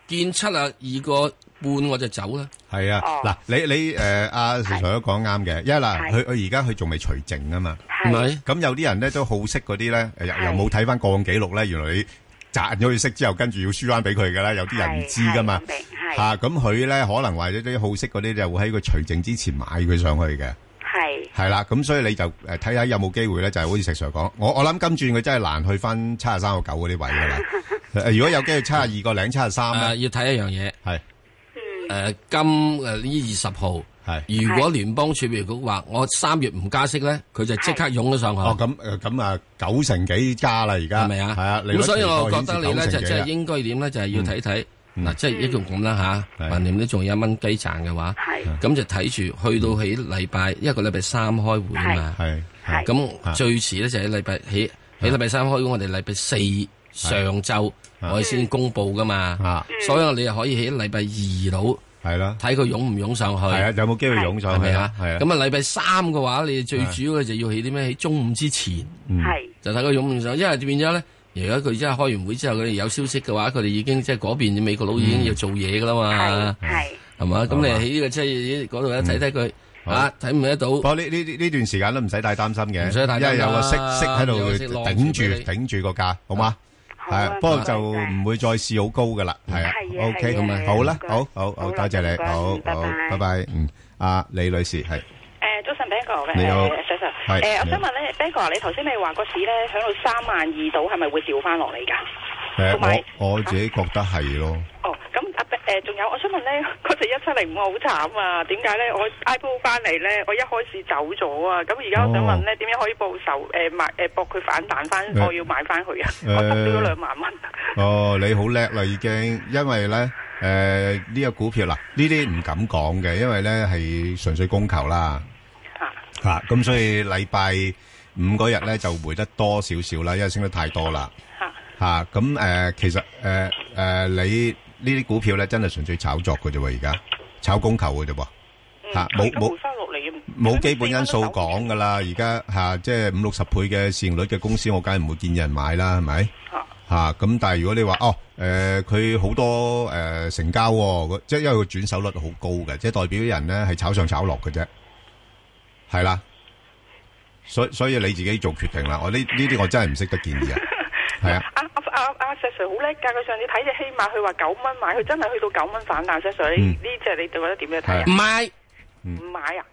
Speaker 2: 見七啊二個半我就走啦。
Speaker 1: 係啊，
Speaker 5: 哦
Speaker 1: 嗱，你你诶，阿石 Sir 都講啱嘅，因為嗱，
Speaker 5: 係
Speaker 1: 佢佢而家佢仲未除淨啊嘛。
Speaker 5: 系
Speaker 2: 咪
Speaker 1: 咁有啲人咧都好識嗰啲咧，又
Speaker 5: 係
Speaker 1: 又冇睇翻個案記錄咧，原來你賺咗佢息之後，跟住要輸翻俾佢噶啦，有啲人唔知噶嘛
Speaker 5: 係。係
Speaker 1: 嚇咁佢咧可能或者啲好識嗰啲就會喺佢除淨之前買佢上去嘅，
Speaker 5: 系
Speaker 1: 係啦。咁所以你就誒呃睇下有冇機會咧，就係好似石 Sir 講，我我諗今轉佢真係難去翻七十三個九嗰啲位噶 啦。誒如果有機會七十二個零、七十
Speaker 2: 誒、
Speaker 1: 三咧，
Speaker 2: 啊要睇一樣嘢。
Speaker 1: 係
Speaker 2: 誒、今誒呢二十號，
Speaker 1: 係。
Speaker 2: 如果聯邦儲備局話我三月唔加息咧，佢就即刻湧咗上去。
Speaker 1: 哦，咁誒咁啊，九成幾加啦而家，
Speaker 2: 係咪啊？
Speaker 1: 係啊，利率
Speaker 2: 咁所以我覺
Speaker 1: 期貨顯
Speaker 2: 得
Speaker 1: 示
Speaker 2: 你
Speaker 1: 九
Speaker 2: 咧就
Speaker 1: 成幾
Speaker 2: 即係
Speaker 1: 啦
Speaker 2: 應該點咧，就係要睇睇
Speaker 1: 嗯
Speaker 2: 嗱，即係一共咁啦吓，
Speaker 1: 係嗯
Speaker 2: 橫掂都仲有一蚊雞賺嘅話，
Speaker 5: 系
Speaker 2: 咁就睇住去到起禮拜一個禮拜三開會啊嘛。
Speaker 1: 係
Speaker 5: 係
Speaker 1: 係
Speaker 2: 咁
Speaker 1: 啊
Speaker 2: 最遲咧就喺禮拜起，喺禮拜三開工，我哋禮拜四上晝
Speaker 1: 啊
Speaker 2: 我哋先公佈噶嘛，
Speaker 1: 啊，
Speaker 2: 所以你又可以喺禮拜二度
Speaker 1: 係啦。
Speaker 2: 睇佢湧唔湧上
Speaker 1: 係啊，
Speaker 2: 去，
Speaker 1: 有冇機會湧
Speaker 2: 係
Speaker 1: 上去
Speaker 2: 咪
Speaker 1: 啊
Speaker 2: 啊？？
Speaker 1: 係啊，
Speaker 2: 咁啊禮拜三嘅話，你最主要咧就要喺啲咩？喺中午之前
Speaker 1: 嗯
Speaker 5: 系
Speaker 2: 就睇佢湧唔上，因為變咗咧。而家佢真係開完會之後，佢哋有消息嘅話，佢哋已經即係嗰邊美國佬已經要做嘢噶啦嘛，
Speaker 5: 系
Speaker 1: 嗯
Speaker 2: 係嘛？咁
Speaker 1: 係嘛嗯
Speaker 2: 你喺呢個即係嗰度一睇睇佢
Speaker 1: 好
Speaker 2: 啊，睇唔睇得到？
Speaker 1: 不過呢呢呢段時間都唔使太擔心嘅，
Speaker 2: 唔使太擔心啦
Speaker 1: 因為有個息息喺
Speaker 2: 有個
Speaker 1: 度
Speaker 2: 息
Speaker 1: 頂
Speaker 2: 晾住俾你
Speaker 1: 住頂住個價，好嘛？
Speaker 5: 好啊
Speaker 1: 係，不
Speaker 5: 唔
Speaker 1: 過
Speaker 5: 該
Speaker 1: 就
Speaker 5: 晒
Speaker 1: 唔會再試好高噶啦，係啊
Speaker 5: 係啊
Speaker 1: ，OK，
Speaker 5: 係啊係啊
Speaker 1: 好啦
Speaker 5: 唔，該
Speaker 1: 好好好，
Speaker 5: 好啦
Speaker 1: 多謝
Speaker 5: 唔
Speaker 1: 你，
Speaker 5: 該
Speaker 1: 好
Speaker 5: 拜
Speaker 1: 好，
Speaker 5: 拜
Speaker 1: 拜拜，嗯，阿李女士
Speaker 4: 誒
Speaker 1: 係
Speaker 4: 早晨 b a n g o
Speaker 1: 你好
Speaker 4: 誒 Sir Sir，誒我
Speaker 1: 係你
Speaker 4: 想
Speaker 1: 好
Speaker 4: 問咧 b a n g o 你頭先你話個市咧響到三萬二度，係咪會調翻落嚟㗎？同埋
Speaker 1: 誒，我我自己覺得係咯，
Speaker 4: 哦，咁啊誒，仲有我想問咧， 嗰只一七零五好慘啊！點解咧？我 IPO 翻嚟咧，我一開始走咗啊！咁而家我想問咧，點樣可以報仇？誒買誒博佢反彈翻，
Speaker 1: 誒
Speaker 4: 我要買翻佢啊！
Speaker 1: 誒
Speaker 4: 我得咗兩萬蚊。
Speaker 1: 哦，你好叻啦已經，因為咧誒呢個股票嗱呢啲唔敢講嘅，因為咧係純粹供求啦。
Speaker 4: 嚇
Speaker 1: 啊，咁所以禮拜五嗰日咧就回得多少少啦，因為升得太多啦。
Speaker 4: 嚇
Speaker 1: 吓咁誒，其實誒誒、你呢啲股票咧真係純粹炒作嘅啫喎，而家炒供求嘅啫喎。
Speaker 4: 嗯
Speaker 6: 嗯
Speaker 1: 嚇冇冇
Speaker 4: 回翻落嚟啊
Speaker 1: 冇基本因素講噶啦，而家嚇即係五六十倍嘅市盈率嘅公司，我梗係唔會建議人買啦，係咪？
Speaker 4: 嚇
Speaker 1: 嚇咁，但係如果你話哦，誒佢好多誒成交喎，個即係因為佢轉手率好高嘅，即係代表啲人咧係炒上炒落嘅啫，係啦。所所以你自己做決定啦。我呢呢啲我真係唔識得建議啊。係啊，
Speaker 4: 阿阿阿阿石 Sir 好叻㗎，佢上次睇只希馬，佢話九蚊買，佢真係去到九蚊反彈。石 Sir 呢
Speaker 1: 嗯
Speaker 4: 呢只你覺得點樣睇啊
Speaker 1: 係？
Speaker 2: 唔係
Speaker 4: 唔買啊？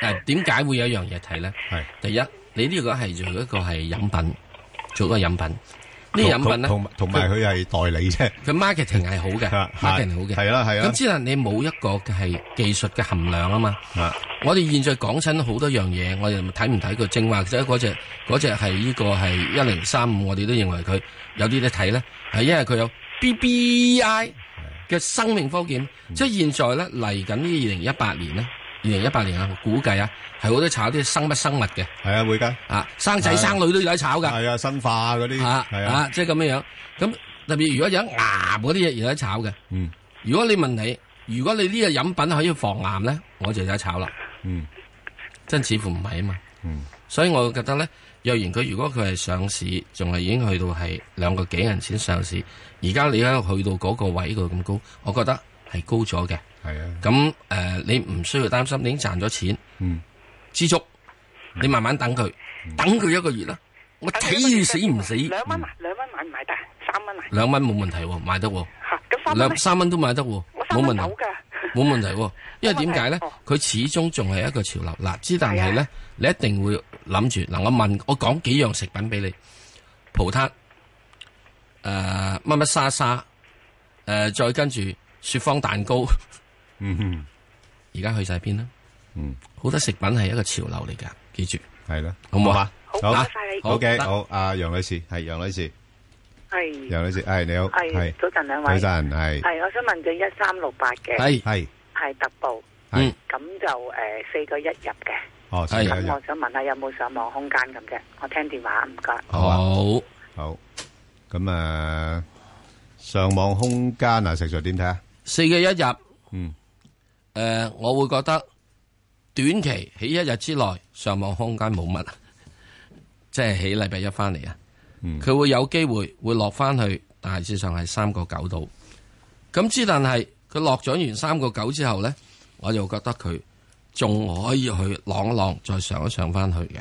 Speaker 2: 誒點解會有一樣嘢睇咧？
Speaker 1: 係
Speaker 2: 第一，你呢個係做一個係飲品，做一個飲品。呢啲飲品咧，
Speaker 1: 同同埋佢係代理啫。
Speaker 2: 佢 marketing 係好嘅
Speaker 1: 嚇
Speaker 2: ，marketing 係好嘅。
Speaker 1: 係啦係啦
Speaker 2: 咁之但你冇一個嘅係技術嘅含量啊嘛。
Speaker 1: 啊
Speaker 2: 我哋現在講親好多樣嘢，我哋睇唔睇佢？正話即係嗰只嗰只係呢個係一零三五，我哋都認為佢有啲咧睇咧，係因為佢有 BBI 嘅生命科技。
Speaker 1: 嗯
Speaker 2: 即係現在咧嚟緊呢二零一八年咧，二零一八年啊，我估計啊係好多炒啲生物生物嘅。
Speaker 1: 係啊，會㗎。
Speaker 2: 啊，生仔生女都有得炒噶，
Speaker 1: 係啊，生化嗰啲。
Speaker 2: 吓
Speaker 1: 係啊。
Speaker 2: 啊，即係咁樣樣。咁特別如果有癌嗰啲嘢有得炒嘅，
Speaker 1: 嗯
Speaker 2: 如果你問你，如果你呢個飲品可以防癌咧，我就有得炒啦。
Speaker 1: 嗯
Speaker 2: 真似乎唔係啊嘛，
Speaker 1: 嗯。
Speaker 2: 所以我覺得咧，若然佢如果佢係上市，仲係已經去到係兩個幾銀錢上市，而家你喺度去到嗰個位度咁高，我覺得係高咗嘅。
Speaker 1: 係啊，
Speaker 2: 咁誒、呃你唔需要擔心，你已經賺咗錢，
Speaker 1: 嗯，
Speaker 2: 知足，
Speaker 4: 嗯
Speaker 2: 你慢慢等佢，等佢一個月啦。我睇你死唔死，
Speaker 4: 兩蚊啊，兩蚊買唔買得？三蚊啊，
Speaker 2: 兩蚊冇問題喎，買得喎，
Speaker 4: 嚇咁三蚊
Speaker 2: 兩
Speaker 4: 咧，
Speaker 2: 三蚊都買得喎，
Speaker 4: 我
Speaker 2: 冇
Speaker 4: 三
Speaker 2: 問
Speaker 4: 蚊
Speaker 2: 題
Speaker 4: 走，㗎。
Speaker 2: 冇問題喎，因為點解
Speaker 4: 冇問
Speaker 2: 咧
Speaker 4: 題哦？
Speaker 2: 佢始終仲係一個潮流嗱，之但係
Speaker 4: 係啊
Speaker 2: 咧，你一定會諗住嗱，我問我講幾樣食品俾你，葡撻，呃誒乜乜沙沙，誒再跟住雪芳蛋糕，
Speaker 1: 嗯哼，
Speaker 2: 而家去晒邊啦？
Speaker 1: 嗯，
Speaker 2: 好多食品係一個潮流嚟㗎，記住
Speaker 1: 係啦。
Speaker 2: 好唔好啊？
Speaker 1: 好
Speaker 2: 好
Speaker 1: 嘛，
Speaker 2: 唔該
Speaker 1: 好
Speaker 2: 晒你
Speaker 1: OK，À,
Speaker 2: 得
Speaker 1: 好，阿楊女士係楊女士，
Speaker 5: 系
Speaker 1: 楊女士，係你好，係
Speaker 5: 系早晨兩
Speaker 1: 早
Speaker 5: 位，
Speaker 1: 晨，係
Speaker 5: 係我想問佢
Speaker 1: 啊
Speaker 5: 一三六八嘅
Speaker 2: 係
Speaker 1: 係
Speaker 5: 係特步，
Speaker 2: 嗯
Speaker 1: 係
Speaker 5: 呃咁就诶四個一入嘅，
Speaker 1: 哦，星
Speaker 2: 係
Speaker 1: 期一
Speaker 5: 咁
Speaker 1: 日
Speaker 5: 我想問下有冇上網空間咁啫？我聽電話，唔該。
Speaker 1: 好啊
Speaker 2: 好。
Speaker 1: 好。咁诶，上網空間啊，石 Sir 點睇啊？
Speaker 2: 四嘅一日，
Speaker 1: 嗯，
Speaker 2: 诶、我會覺得短期喺一日之內上網空間冇乜， 即係喺禮拜一翻嚟啊，
Speaker 1: 嗯
Speaker 2: 佢、會有機會會落翻去大致上係三個九度。咁之但係佢落咗完三個九之後咧，我就覺得佢仲可以去浪一浪，再上一上翻去嘅。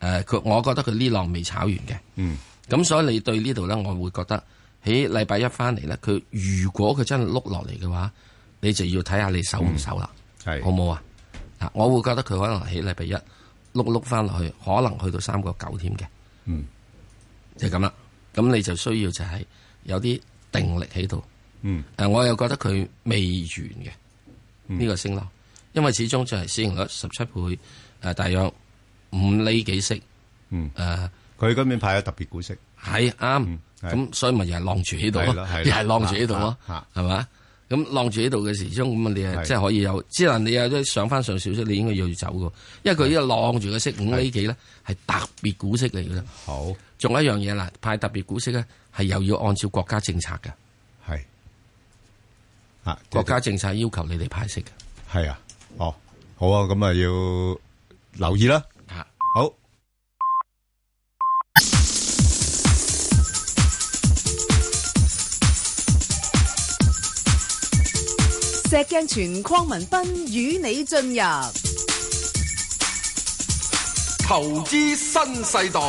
Speaker 2: 诶、佢我覺得佢呢浪未炒完嘅。
Speaker 1: 嗯，
Speaker 2: 咁所以你對呢度咧，我會覺得喺禮拜一翻嚟咧，佢如果佢真係碌落嚟嘅話，你就要睇下你守唔守啦，
Speaker 1: 係
Speaker 2: 好冇啊？啊，我會覺得佢可能喺禮拜一碌碌翻落去，可能去到三個九添嘅，
Speaker 1: 嗯
Speaker 2: 就係咁啦。咁你就需要就係有啲定力喺度。
Speaker 1: 嗯
Speaker 2: 但我又覺得佢未完嘅呢、個升浪，因為始終就係市盈率十七倍，誒、大約五厘幾息，誒、
Speaker 1: 嗯，佢今年派咗特別股息，
Speaker 2: 係啱，
Speaker 1: 係
Speaker 2: 咁所以咪又係浪住喺度
Speaker 1: 係啦
Speaker 2: 咯
Speaker 1: 係啦，
Speaker 2: 又係浪住喺度咯
Speaker 1: 啊啊，
Speaker 2: 係嘛？咁浪住喺度嘅時鐘，咁你
Speaker 1: 係
Speaker 2: 係即係可以有，只能你有啲上翻上少少，你應該要走嘅，因為佢呢個浪住嘅息五厘幾咧，係特別股息嚟嘅。
Speaker 1: 好
Speaker 2: 仲有一樣嘢啦，派特別股息咧，係又要按照國家政策嘅，
Speaker 1: 係啊，
Speaker 2: 國家政策要求你哋派息嘅。
Speaker 1: 係啊，哦，好啊，咁啊要留意啦，
Speaker 2: 嚇
Speaker 1: 好。
Speaker 7: 石镜全框文斌与你进入
Speaker 8: 投資新世代，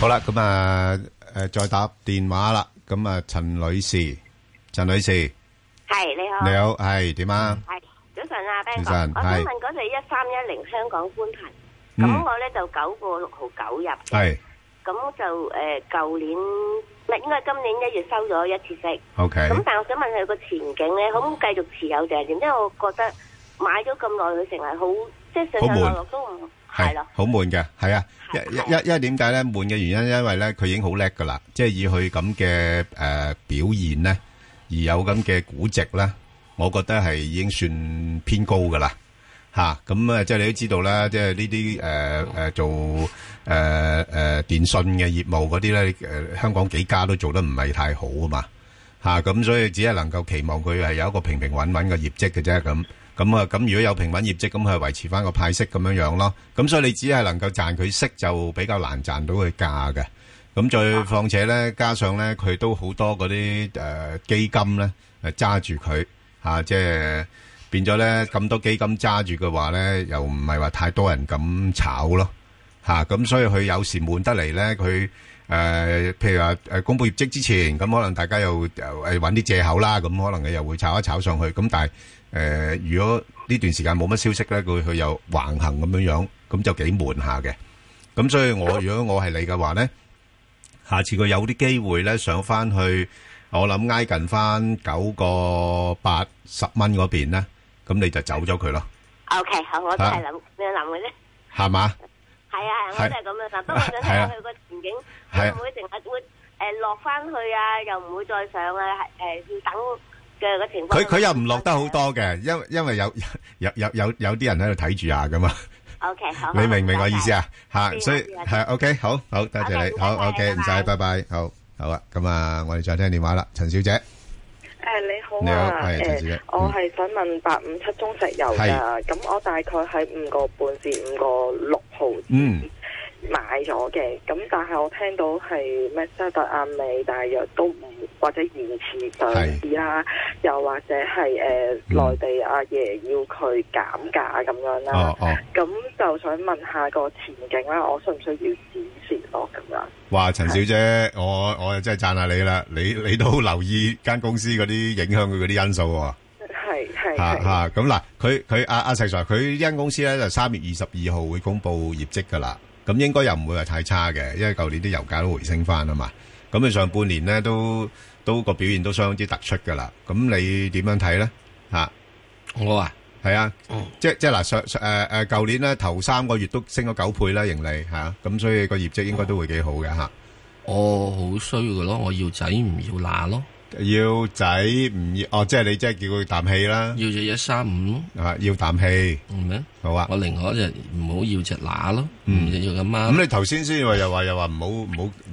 Speaker 1: 好啦，咁啊，诶，再打電話啦。咁啊，陳女士，陳女士，
Speaker 9: 系你好，
Speaker 1: 你好，係點啊？
Speaker 9: 系早晨啊，Ben 哥，
Speaker 1: 早
Speaker 9: 我想
Speaker 1: 晨係
Speaker 9: 問嗰隻一三一零香港寬頻，
Speaker 1: 嗯
Speaker 9: 咁我咧就九個六毫九入嘅，
Speaker 1: 係
Speaker 9: 咁就诶旧年唔係應該今年一月收咗一次息，
Speaker 1: ，OK，
Speaker 9: 咁但係我想問佢個前景咧，可唔可以繼續持有定係點？因為我覺得買咗咁耐，佢成日好即係上上落落都唔係
Speaker 1: 係
Speaker 9: 咯，
Speaker 1: 好悶嘅，係啊，一
Speaker 9: 係
Speaker 1: 一一因為點解咧？悶嘅原因，因為咧佢已經好叻噶啦，即係以佢咁嘅诶表現咧，而有咁嘅估值咧，我覺得係已經算偏高噶啦。吓咁啊，即係你都知道啦，即係呢啲誒誒做誒誒、呃呃、電信嘅業務嗰啲咧，誒、香港幾家都做得唔係太好啊嘛，吓咁所以只係能夠期望佢係有一個平平穩穩嘅業績嘅啫咁。咁啊，咁如果有平穩業績，咁佢維持翻個派息咁樣樣咯。咁所以你只係能夠賺佢息，就比較難賺到佢價嘅。咁再況且咧，加上咧佢都好多嗰啲誒基金咧誒揸住佢嚇，即係變咗咧咁多基金揸住嘅話咧，又唔係話太多人咁炒咯嚇。咁、所以佢有時悶得嚟咧，佢誒、呃譬如話誒公佈業績之前，咁可能大家又又誒揾啲借口啦，咁可能佢又會炒一炒上去。咁但係誒、呃如果呢段時間冇乜消息咧，佢佢又橫行咁樣樣，咁就幾悶下嘅。咁所以我如果我係你嘅話咧。下次佢有啲機會咧上翻去，我諗挨近翻九個八十蚊嗰邊咧，咁你就走咗佢咯，
Speaker 3: Ờ,
Speaker 9: O K，好，我都係諗咁樣諗嘅啫。
Speaker 1: 係嘛？
Speaker 9: 係啊，我
Speaker 1: 係
Speaker 9: 都係咁樣諗。不過想睇
Speaker 1: 係
Speaker 9: 下
Speaker 1: 啊
Speaker 9: 佢個前景
Speaker 1: 係
Speaker 9: 會
Speaker 1: 啊
Speaker 9: 唔會成日會誒落翻去
Speaker 3: à,
Speaker 9: 啊？又唔會再上啊？係誒要等嘅個情況。
Speaker 1: 佢佢又唔落得好。多嘅，因因為有有有有有啲人喺度睇住下噶嘛，
Speaker 9: O K，好。
Speaker 3: ờ,
Speaker 1: 你明唔明我意思啊？嚇，
Speaker 9: 知啊
Speaker 1: 所以
Speaker 9: 知啊知
Speaker 1: 係 OK，好好，多謝你，
Speaker 9: OK，
Speaker 1: 好
Speaker 9: 唔該晒
Speaker 1: OK，唔
Speaker 9: 拜拜
Speaker 1: 使，拜拜，好好啊，咁啊，我哋再聽電話啦，陳小姐，
Speaker 6: 诶，你好
Speaker 1: 你好
Speaker 6: 啊，
Speaker 1: 係陳小
Speaker 6: 诶
Speaker 1: 姐，嗯
Speaker 6: 我係想問八五七中石油噶，
Speaker 1: 係
Speaker 6: 咁我大概喺五個半至五個六毫
Speaker 1: 嗯，
Speaker 6: 買咗嘅，咁但係我聽到係咩沙特阿美大約都唔或者延遲上市啦，又或者係诶
Speaker 1: 嗯
Speaker 6: 內地阿爺要佢減價咁樣啦
Speaker 1: 哦，哦，
Speaker 6: 咁就想問下個前景啦，我需唔需要止蝕咯咁樣？
Speaker 1: 哇，陳小姐，我我真係讚下你啦，你你都留意間公司嗰啲影響佢嗰啲因素喎。
Speaker 6: 係係
Speaker 1: 吓
Speaker 6: 係
Speaker 1: 吓咁嗱，佢佢阿阿石 Sir，佢呢間公司咧就三月二十二號會公布業績噶啦，咁應該又唔會話太差嘅，因為舊年啲油價都回升翻啊嘛，咁佢上半年咧都都個表現都相當之突出噶啦，咁你點樣睇咧？吓
Speaker 2: 我啊，
Speaker 1: 係啊，即即嗱上上誒誒，舊年咧頭三個月都升咗九倍啦盈利嚇，咁所以個業績應該都會幾好嘅嚇。
Speaker 2: 我哦好衰嘅咯，我要仔唔要乸咯。
Speaker 1: 要仔唔要哦，即係你即係叫佢啖氣啦。
Speaker 2: 要只一三五
Speaker 1: 咯。啊，要啖氣。
Speaker 2: 明唔明？
Speaker 1: 好嗯啊。
Speaker 2: 我另外一隻唔好要只乸咯，唔要啊阿媽。
Speaker 1: 咁你頭先先話又話又話唔好唔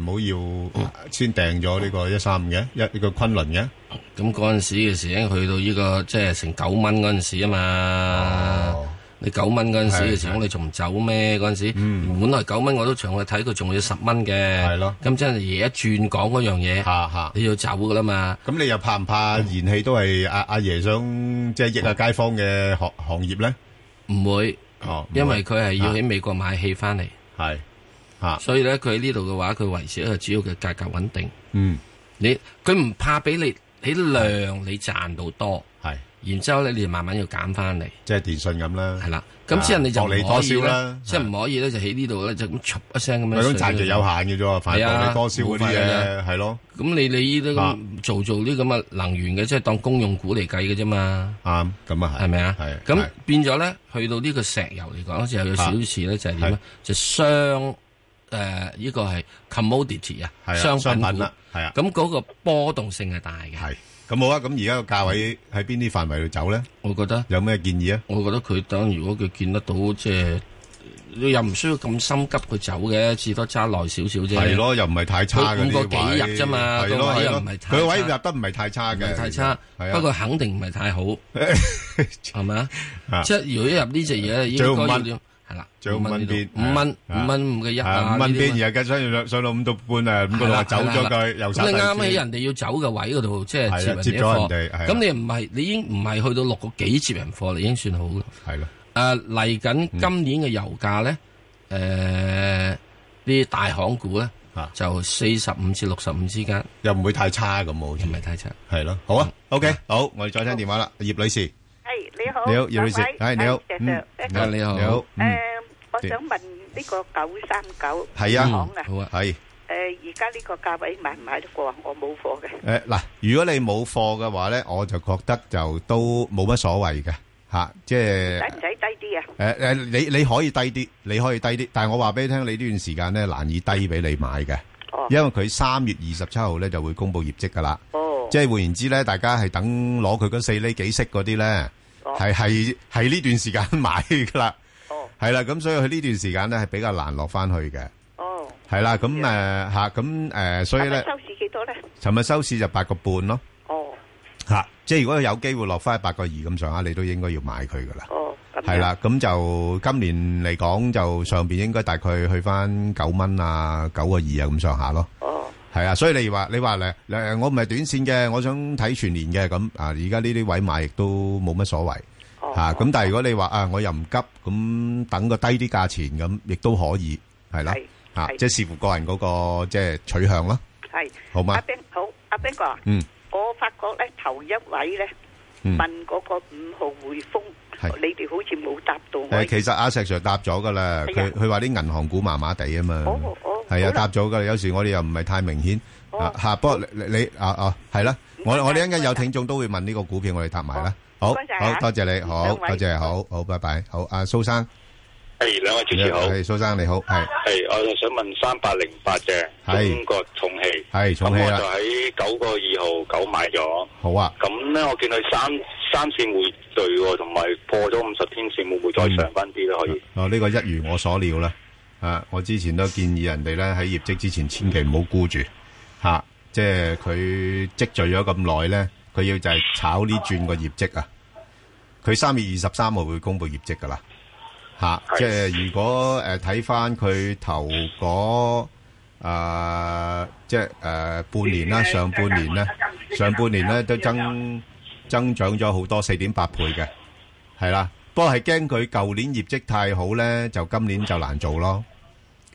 Speaker 1: 好唔好要先訂咗呢個一三五嘅一呢個昆侖嘅。
Speaker 2: 咁嗰陣時嘅時已經去到呢個即係成九蚊嗰陣時啊嘛。
Speaker 1: 哦
Speaker 2: 你九蚊嗰陣時嘅時，我你仲唔走咩？嗰陣時本來九蚊我都長去睇，佢仲要十蚊嘅。
Speaker 1: 係咯。
Speaker 2: 咁真係而家轉講嗰樣嘢，你要走噶啦嘛。
Speaker 1: 咁你又怕唔怕燃氣都係阿阿爺想即係益下街坊嘅行行業咧？
Speaker 2: 唔會，
Speaker 1: 哦，
Speaker 2: 因為佢係要喺美國買氣翻嚟。
Speaker 1: 係。啊，
Speaker 2: 所以咧，佢喺呢度嘅話，佢維持一個主要嘅價格穩定。
Speaker 1: 嗯，
Speaker 2: 你佢唔怕俾你喺量你賺到多，
Speaker 1: 係，
Speaker 2: 然之後咧，你就慢慢要減翻嚟。
Speaker 1: 即係電信咁啦。
Speaker 2: 係啦，咁之後你就唔
Speaker 1: 啊薄利
Speaker 2: 可
Speaker 1: 多
Speaker 2: 以
Speaker 1: 銷
Speaker 2: 咧
Speaker 1: 啦，
Speaker 2: 即係唔可以咧，就喺呢度咧就咁嘈一聲咁
Speaker 1: 咪
Speaker 2: 樣。
Speaker 1: 咁賺就有限嘅啫喎，反
Speaker 2: 係
Speaker 1: 正
Speaker 2: 啊
Speaker 1: 你多少嗰啲
Speaker 2: 冇法㗎
Speaker 1: 嘢係咯，
Speaker 2: 咁你你呢啲
Speaker 1: 啊
Speaker 2: 咁做做啲咁嘅能源嘅，即係當公用股嚟計嘅啫嘛，
Speaker 1: 啱咁啊係，
Speaker 2: 係咪啊？
Speaker 1: 係
Speaker 2: 咁
Speaker 1: 係
Speaker 2: 變咗咧，去到呢個石油嚟講，就有少少似咧，就係點咧？就商誒呢個係 commodity 啊，
Speaker 1: 係啊，
Speaker 2: 商
Speaker 1: 商
Speaker 2: 品
Speaker 1: 品
Speaker 2: 股
Speaker 1: 啦，。係啊，
Speaker 2: 咁嗰個波動性係大嘅。
Speaker 1: 係咁好啊，咁而家個價位喺邊啲範圍度走咧？
Speaker 2: 我覺得，
Speaker 1: 有咩建議啊？
Speaker 2: 我覺得佢等如果佢見得到，即係你又唔需要咁心急佢走嘅，至多揸耐少少啫。
Speaker 1: 係咯，又唔係太差嗰
Speaker 2: 佢
Speaker 1: 啲
Speaker 2: 五個
Speaker 1: 位，
Speaker 2: 幾入啫嘛
Speaker 1: 係咯
Speaker 2: 個位
Speaker 1: 係
Speaker 2: 又
Speaker 1: 咯
Speaker 2: 唔係，太
Speaker 1: 佢個位
Speaker 2: 差
Speaker 1: 入得唔係太差
Speaker 2: 唔係
Speaker 1: 嘅，
Speaker 2: 太差，
Speaker 1: 係啊
Speaker 2: 不過肯定唔係太好，係咪啊
Speaker 1: 啊？
Speaker 2: 即係如果入呢只嘢，應
Speaker 1: 最好五
Speaker 2: 該要
Speaker 1: 蚊
Speaker 2: 點？係啦，
Speaker 1: 最好
Speaker 2: 五蚊
Speaker 1: 五蚊邊
Speaker 2: 呢度五蚊
Speaker 1: 啊
Speaker 2: 五蚊五嘅一
Speaker 1: 啊
Speaker 2: 啊，
Speaker 1: 五蚊
Speaker 2: 呢啲
Speaker 1: 邊，而家上到上到五度半啊，五個六
Speaker 2: 係啦
Speaker 1: 走
Speaker 2: 係
Speaker 1: 咗
Speaker 2: 啦
Speaker 1: 佢，又
Speaker 2: 咁
Speaker 1: 殺
Speaker 2: 你啱
Speaker 1: 低
Speaker 2: 喺
Speaker 1: 先
Speaker 2: 人哋要走嘅位嗰度，即係
Speaker 1: 係啊
Speaker 2: 接
Speaker 1: 接
Speaker 2: 人
Speaker 1: 咗
Speaker 2: 啲
Speaker 1: 人哋係啊
Speaker 2: 貨。咁你唔係，你已經唔係去到六個幾接人貨，你已經算好啦。
Speaker 1: 係咯，
Speaker 2: 誒嚟緊
Speaker 1: 嗯
Speaker 2: 今年嘅油價咧，誒啲大行股咧
Speaker 1: 啊
Speaker 2: 就四十五至六十五之間，
Speaker 1: 又唔會太差咁喎好似
Speaker 2: 唔係太差。
Speaker 1: 係咯，好啊，OK，好，我哋再聽電話啦，葉女士，你
Speaker 5: 系你好，
Speaker 1: 好，葉女士，係你好，嗯
Speaker 2: 啊你好
Speaker 1: 你好，嗯
Speaker 5: 诶，我想问呢个九三九
Speaker 1: 係
Speaker 5: 行
Speaker 1: 啊
Speaker 5: 啊，
Speaker 2: 好啊，
Speaker 1: 係。
Speaker 5: 诶，而家呢个价位买唔买得过啊？我冇货嘅。
Speaker 1: 诶，嗱、如果你冇貨嘅話咧，我就覺得就都冇乜所謂嘅吓，即係
Speaker 5: 使唔使低啲啊？
Speaker 1: 诶诶，你你可以低啲，你可以低啲，但系我話俾你聽，你呢段時間咧難以低俾你買嘅，
Speaker 5: 哦
Speaker 1: 因為佢三月二十七號咧就會公布業績噶啦，
Speaker 5: 哦，
Speaker 1: 即係換言之咧，大家係等攞佢嗰四厘幾息嗰啲咧，
Speaker 5: 哦
Speaker 1: 係係係呢段時 間買噶啦，
Speaker 5: 哦，
Speaker 1: 係啦，咁所以佢呢段時間咧係比較難落翻去嘅，
Speaker 5: 哦，
Speaker 1: 係啦，咁诶吓，咁诶，所以
Speaker 5: 咁
Speaker 1: 咧
Speaker 5: 啊，收市几多咧？
Speaker 1: 尋日收市就八個半咯。
Speaker 5: 哦，
Speaker 1: 吓、即系如果有機會落翻一百個二咁上下，你都應該要買佢噶啦。
Speaker 5: 哦，咁
Speaker 1: 係啦，咁就今年嚟講，就上边應該大概去翻九蚊啊，九個二啊咁上下咯。
Speaker 5: 樣，哦，
Speaker 1: 係啊，所以你話你話咧，誒我唔係短線嘅，我想睇全年嘅咁啊。而家呢啲位買亦都冇乜所謂
Speaker 5: 哦，
Speaker 1: 吓。咁、但係如果你話啊，我又唔急，咁等個低啲價錢咁，亦都可以係啦
Speaker 5: 係
Speaker 1: 吓，
Speaker 5: 係
Speaker 1: 即係視乎個人嗰、個即係取向啦，
Speaker 5: 系，
Speaker 1: 好嘛
Speaker 5: 阿？Ben 好，阿 Ben 哥啊，
Speaker 1: 嗯
Speaker 5: 我发觉咧头一位咧
Speaker 1: 嗯。
Speaker 5: 问嗰个五号汇丰，
Speaker 1: 係
Speaker 5: 你哋好似冇答到我。
Speaker 1: 诶，其實阿石 Sir 答咗噶啦，
Speaker 5: 係
Speaker 1: 佢
Speaker 5: 啊
Speaker 1: 佢話啲銀行股麻麻地啊嘛
Speaker 5: 哦哦，
Speaker 1: 係
Speaker 5: 好啦
Speaker 1: 啊，答咗噶啦。有時我哋又唔係太明顯
Speaker 5: 哦
Speaker 1: 啊吓，不過你你你啊啊係啦，我我哋一陣間有聽眾都會問呢個股票，我哋答埋啦。好，
Speaker 5: 好唔該晒啊
Speaker 1: 好多謝你，好
Speaker 5: 兩位
Speaker 1: 多謝，好好，拜拜，好，阿蘇生，
Speaker 10: 系两位主持好，
Speaker 1: 係蘇生你好，係
Speaker 10: 系我就想问三八零八嘅
Speaker 1: 係
Speaker 10: 中国重汽，
Speaker 1: 係重汽啊
Speaker 10: 咁
Speaker 1: 啦
Speaker 10: 我就喺九个二號九買咗，
Speaker 1: 好啊，
Speaker 10: 咁咧我見佢三三線匯兑喎，同埋破咗五十天線，會唔會再上翻啲咧？可以？
Speaker 1: 哦呢個一如我所料啦，啊，我之前都建議人哋咧喺業績之前千祈唔好沽住吓，即係佢積聚咗咁耐咧，佢要就係炒呢轉個業績啊。佢三月二十三號會公布業績噶啦，嚇、
Speaker 10: 係
Speaker 1: 即係如果誒睇翻佢頭嗰啊即係誒、呃半年啦，上半年咧，上半年咧都增增長咗好多，四點八倍嘅，係啦。不過係驚佢舊年業績太好咧，就今年就難做咯。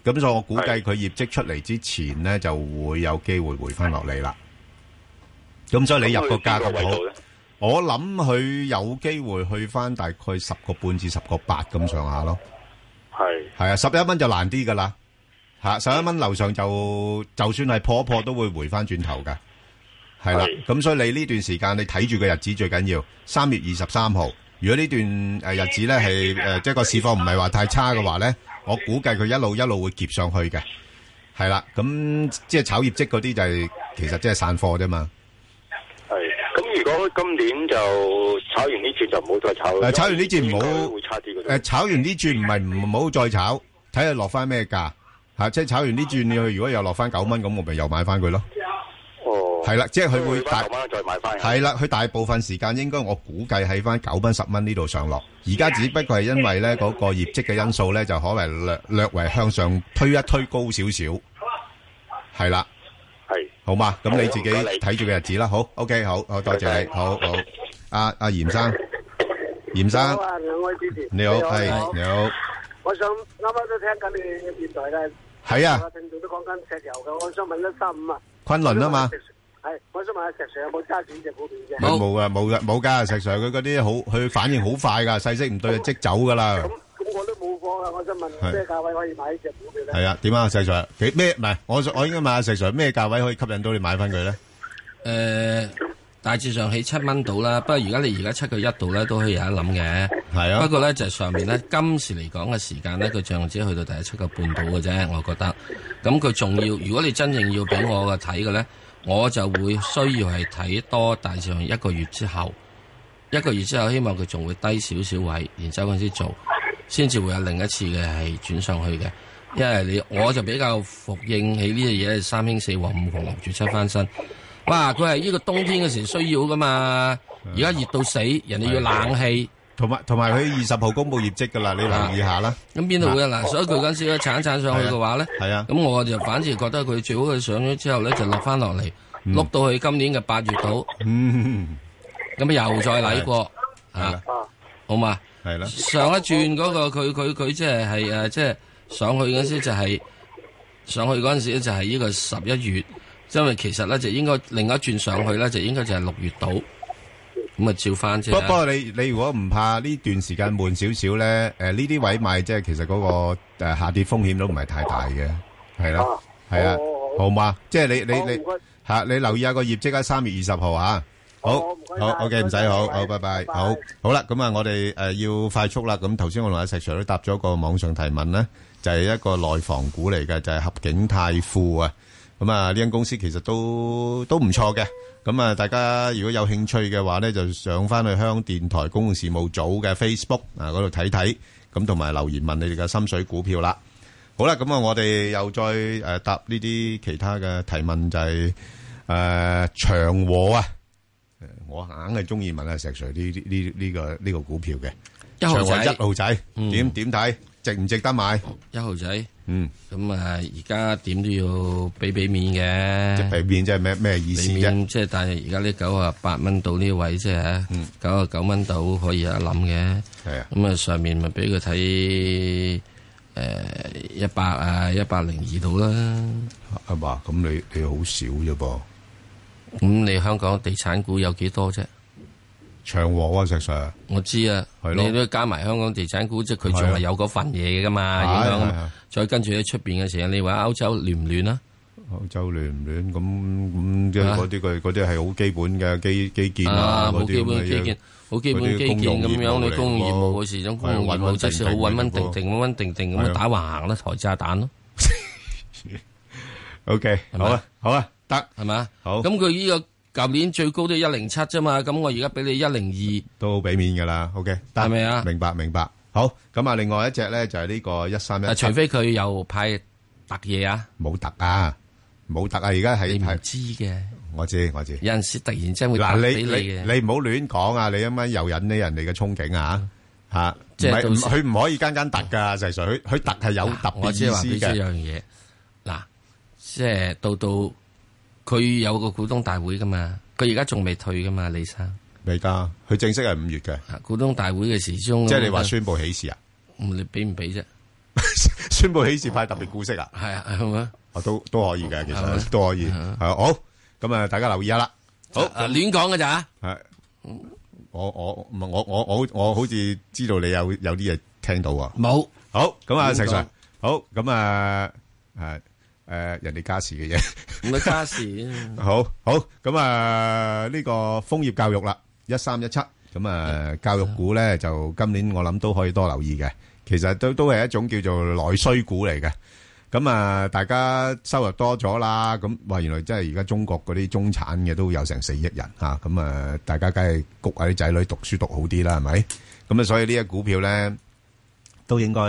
Speaker 1: 咁所以我估計
Speaker 10: 係
Speaker 1: 佢業績出嚟之前咧，就會有機會回翻落嚟啦。咁所以你入個價咁
Speaker 10: 咁佢邊位
Speaker 1: 好
Speaker 10: 度。咧？
Speaker 1: 我諗佢有機會去翻大概十個半至十個八咁上下咯。
Speaker 10: 係
Speaker 1: 係啊，十一蚊就難啲噶啦。吓，十一蚊樓上就就算係破一破都會回翻轉頭噶。係啦，
Speaker 10: 係
Speaker 1: 咁所以你呢段時間你睇住個日子最緊要。三月二十三號，如果呢段诶日子咧係诶即係個市況唔係話太差嘅話咧，我估計佢一路一路會夾上去嘅，係啦。咁即係炒業績嗰啲就係其實即係散貨啫嘛。
Speaker 10: 系咁，如果今年就炒完呢次就唔好再炒啦。
Speaker 1: 誒炒完呢轉唔好
Speaker 10: 應該會差啲嘅。
Speaker 1: 诶，炒完呢轉唔係唔好再炒，睇下落翻咩價吓，即係炒完呢轉你去如果又落翻九蚊，咁我咪又買翻佢咯。
Speaker 10: 哦，
Speaker 1: 係啦，即係佢會
Speaker 10: 去
Speaker 1: 大
Speaker 10: 翻九蚊再買翻。
Speaker 1: 係啦，佢大部分時間應該我估計喺翻九蚊十蚊呢度上落，而家只不過係因為咧嗰個業績嘅因素咧，就可能略略為向上推一推高少少，係啦，
Speaker 10: 係
Speaker 1: 好嘛？咁你自己
Speaker 10: 好唔該你
Speaker 1: 睇住個日子啦。好，OK，好，好多謝你，
Speaker 10: 拜拜
Speaker 1: 好好，阿阿嚴生，嚴生
Speaker 11: 好啊，兩位主持，
Speaker 1: 你好，係你好，
Speaker 11: 我想啱啱都聽緊你嘅電台咧，
Speaker 1: 係啊
Speaker 11: 有聽眾都講緊石油嘅，我想問一三五啊，
Speaker 1: 昆崙啊嘛，
Speaker 11: 係，我想問下石 Sir 有冇揸住呢只股票啫？
Speaker 1: 佢冇啊冇噶冇噶，石 Sir 佢嗰啲好，佢反應好快噶，細息唔對就即走噶啦。
Speaker 11: 咁我都冇貨啊，我想問
Speaker 1: 係
Speaker 11: 咩價位可以買呢只股票咧？
Speaker 1: 系啊，点啊，石 Sir？幾咩？唔系我我应该问下石 Sir 咩价位可以吸引到你买翻佢咧？
Speaker 2: 诶、呃大致上起七蚊度啦，不過而家你而家七個一度咧，都可以有得諗嘅。
Speaker 1: 係啊
Speaker 2: 不過咧就係上面咧，今時嚟講嘅時間咧，佢漲只去到第七個半度嘅啫，我覺得。咁佢仲要，如果你真正要俾我嘅睇嘅咧，我就會需要係睇多大致上一個月之後，一個月之後希望佢仲會低少少位，然之後嗰陣時做，先至會有另一次嘅係轉上去嘅。因為你我就比較服應起呢隻嘢，三興四和五紅六住七翻身。哇！佢係呢個冬天嘅時需要噶嘛，而家熱到死，人哋要冷氣，
Speaker 1: 同埋同埋佢二十號公布業績噶啦，你留意下啦。
Speaker 2: 咁邊度會啊？嗱，所以佢嗰陣時咧鏟一鏟上去嘅話咧，
Speaker 1: 哦係啊
Speaker 2: 咁我就反而覺得佢最好佢上咗之後咧就落翻落嚟，碌到去今年嘅八月度，
Speaker 1: 嗯，
Speaker 2: 咁又再嚟過啊，好嘛？
Speaker 1: 系啦，
Speaker 2: 上一轉嗰、個佢佢佢即係係誒，即係上去嗰陣時就係、上去嗰陣時咧就係呢個十一月，因為其實咧就應該另一轉上去咧就應該就係六月度，咁啊照翻啫。
Speaker 1: 不不過你你如果唔怕呢段時間悶少少咧，诶呢啲位買即係其實嗰個诶下跌風險都唔係太大嘅，係啦，係啊，好嘛？即係你你你吓你留意下個業績喺三月二十號啊。好，好，OK，唔使，好好，拜拜，好，好啦，咁啊，我哋诶要快速啦。咁頭先我同阿石 Sir 都答咗個網上提問咧，就係一個內房股嚟嘅，就係合景泰富啊。咁啊，呢間公司其實都都唔錯嘅。咁啊，大家如果有興趣嘅話咧，就上翻去香港電台公共事務組嘅 Facebook 啊嗰度睇睇，咁同埋留言問你哋嘅心水股票啦。好啦，咁啊，我哋又再诶答呢啲其他嘅提問，就係诶長和啊。我硬係中意問阿石 Sir 呢呢呢呢個呢個股票嘅
Speaker 2: 一號仔
Speaker 1: 長和一號仔
Speaker 2: 嗯
Speaker 1: 點點睇值唔值得買？
Speaker 2: 一號仔，
Speaker 1: 嗯，
Speaker 2: 咁啊而家點都要俾俾面嘅，
Speaker 1: 即係俾面即係咩咩意思啫？
Speaker 2: 即係但係而家呢九啊八蚊到呢位即係
Speaker 1: 嗯
Speaker 2: 九啊九蚊到可以有得諗嘅，
Speaker 1: 係啊，
Speaker 2: 咁啊上面咪俾佢睇誒一百啊一百零二度啦。
Speaker 1: 啊嘛，咁你你好少啫噃。
Speaker 2: 咁你香港地產股有幾多啫？
Speaker 1: 長和啊，石 Sir，
Speaker 2: 我知啊，
Speaker 1: 係咯
Speaker 2: 你都加埋香港地產股，即係佢仲
Speaker 1: 係啊
Speaker 2: 係有嗰份嘢噶嘛，
Speaker 1: 係啊
Speaker 2: 影響㗎
Speaker 1: 係
Speaker 2: 嘛
Speaker 1: 啊。
Speaker 2: 再跟住喺出邊嘅時候，你話歐洲亂唔亂啊？
Speaker 1: 歐洲亂唔亂？咁咁即係
Speaker 2: 啊
Speaker 1: 嗰啲佢嗰啲係好基本嘅基基建
Speaker 2: 啊，
Speaker 1: 啊，
Speaker 2: 冇
Speaker 1: 嗰
Speaker 2: 基
Speaker 1: 啲咁嘅
Speaker 2: 本基
Speaker 1: 嘢
Speaker 2: 建，冇
Speaker 1: 嗰
Speaker 2: 基本
Speaker 1: 啲
Speaker 2: 基
Speaker 1: 公
Speaker 2: 建
Speaker 1: 用
Speaker 2: 咁
Speaker 1: 業務
Speaker 2: 樣，你
Speaker 1: 嚟
Speaker 2: 公用業
Speaker 1: 喎
Speaker 2: 務嘅時，種公用
Speaker 1: 係啊
Speaker 2: 業務即係好穩
Speaker 1: 穩穩定
Speaker 2: 穩定定、穩穩定定咁
Speaker 1: 係啊
Speaker 2: 樣打橫行啦，台炸彈咯。
Speaker 1: OK，好啊，好啊，得
Speaker 2: 係咪啊？
Speaker 1: 好
Speaker 2: 咁佢呢個舊年最高都一零七啫嘛，咁我而家俾你一零二，
Speaker 1: 都俾面㗎啦。OK，得
Speaker 2: 係咪啊
Speaker 1: 明白明白。好，咁啊，另外一隻咧就係呢個一三一，
Speaker 2: 啊，除非佢又派特嘢啊，
Speaker 1: 冇特啊，冇特啊，而家係
Speaker 2: 你唔
Speaker 1: 係
Speaker 2: 知嘅，
Speaker 1: 我知我知。
Speaker 2: 有陣時突然之間會
Speaker 1: 嗱，
Speaker 2: 特
Speaker 1: 你
Speaker 2: 俾你
Speaker 1: 你
Speaker 2: 嘅。
Speaker 1: 你唔好亂講啊！你咁樣又引起人哋嘅憧憬啊！嚇，
Speaker 2: 即係
Speaker 1: 唔係
Speaker 2: 到
Speaker 1: 唔
Speaker 2: 時
Speaker 1: 佢唔可以間間突㗎，實際上佢佢突係有特別
Speaker 2: 我即係話
Speaker 1: 意
Speaker 2: 俾
Speaker 1: 思
Speaker 2: 知一
Speaker 1: 嘅。
Speaker 2: 樣嘢，嗱，即係到到佢有個股東大會噶嘛，佢而家仲未退噶嘛，李生。啊
Speaker 1: 未㗎，佢正式係五月嘅，
Speaker 2: 股東大會嘅時鐘，
Speaker 1: 即係你話宣布起事啊？
Speaker 2: 嗯，你俾唔俾啫？
Speaker 1: 宣布起事派特別股息啊？
Speaker 2: 係啊，係咪啊？
Speaker 1: 啊，都都可以嘅，其
Speaker 2: 係咪
Speaker 1: 實都可以。係啊好，咁啊，大家留意下啦。好，
Speaker 2: 啊亂講嘅咋？
Speaker 1: 係啊我我唔係我我我我好似知道你有有啲嘢聽到啊。
Speaker 2: 冇
Speaker 1: 好，咁啊，
Speaker 2: 亂
Speaker 1: 石
Speaker 2: 嗯講
Speaker 1: Sir，好，咁啊，誒誒，人哋家事嘅嘢。
Speaker 2: 唔係家事啊。
Speaker 1: 好好咁啊！呢、個楓葉教育啦，一三一七咁啊，教育股咧就今年我諗都可以多留意嘅。其實都都係一種叫做內需股嚟嘅。咁啊，大家收入多咗啦，咁哇，原來真係而家中國嗰啲中產嘅都有成四億人嚇，咁啊，大家梗係谷下啲仔女讀書讀好啲啦，係咪？咁啊，所以呢隻股票咧都應該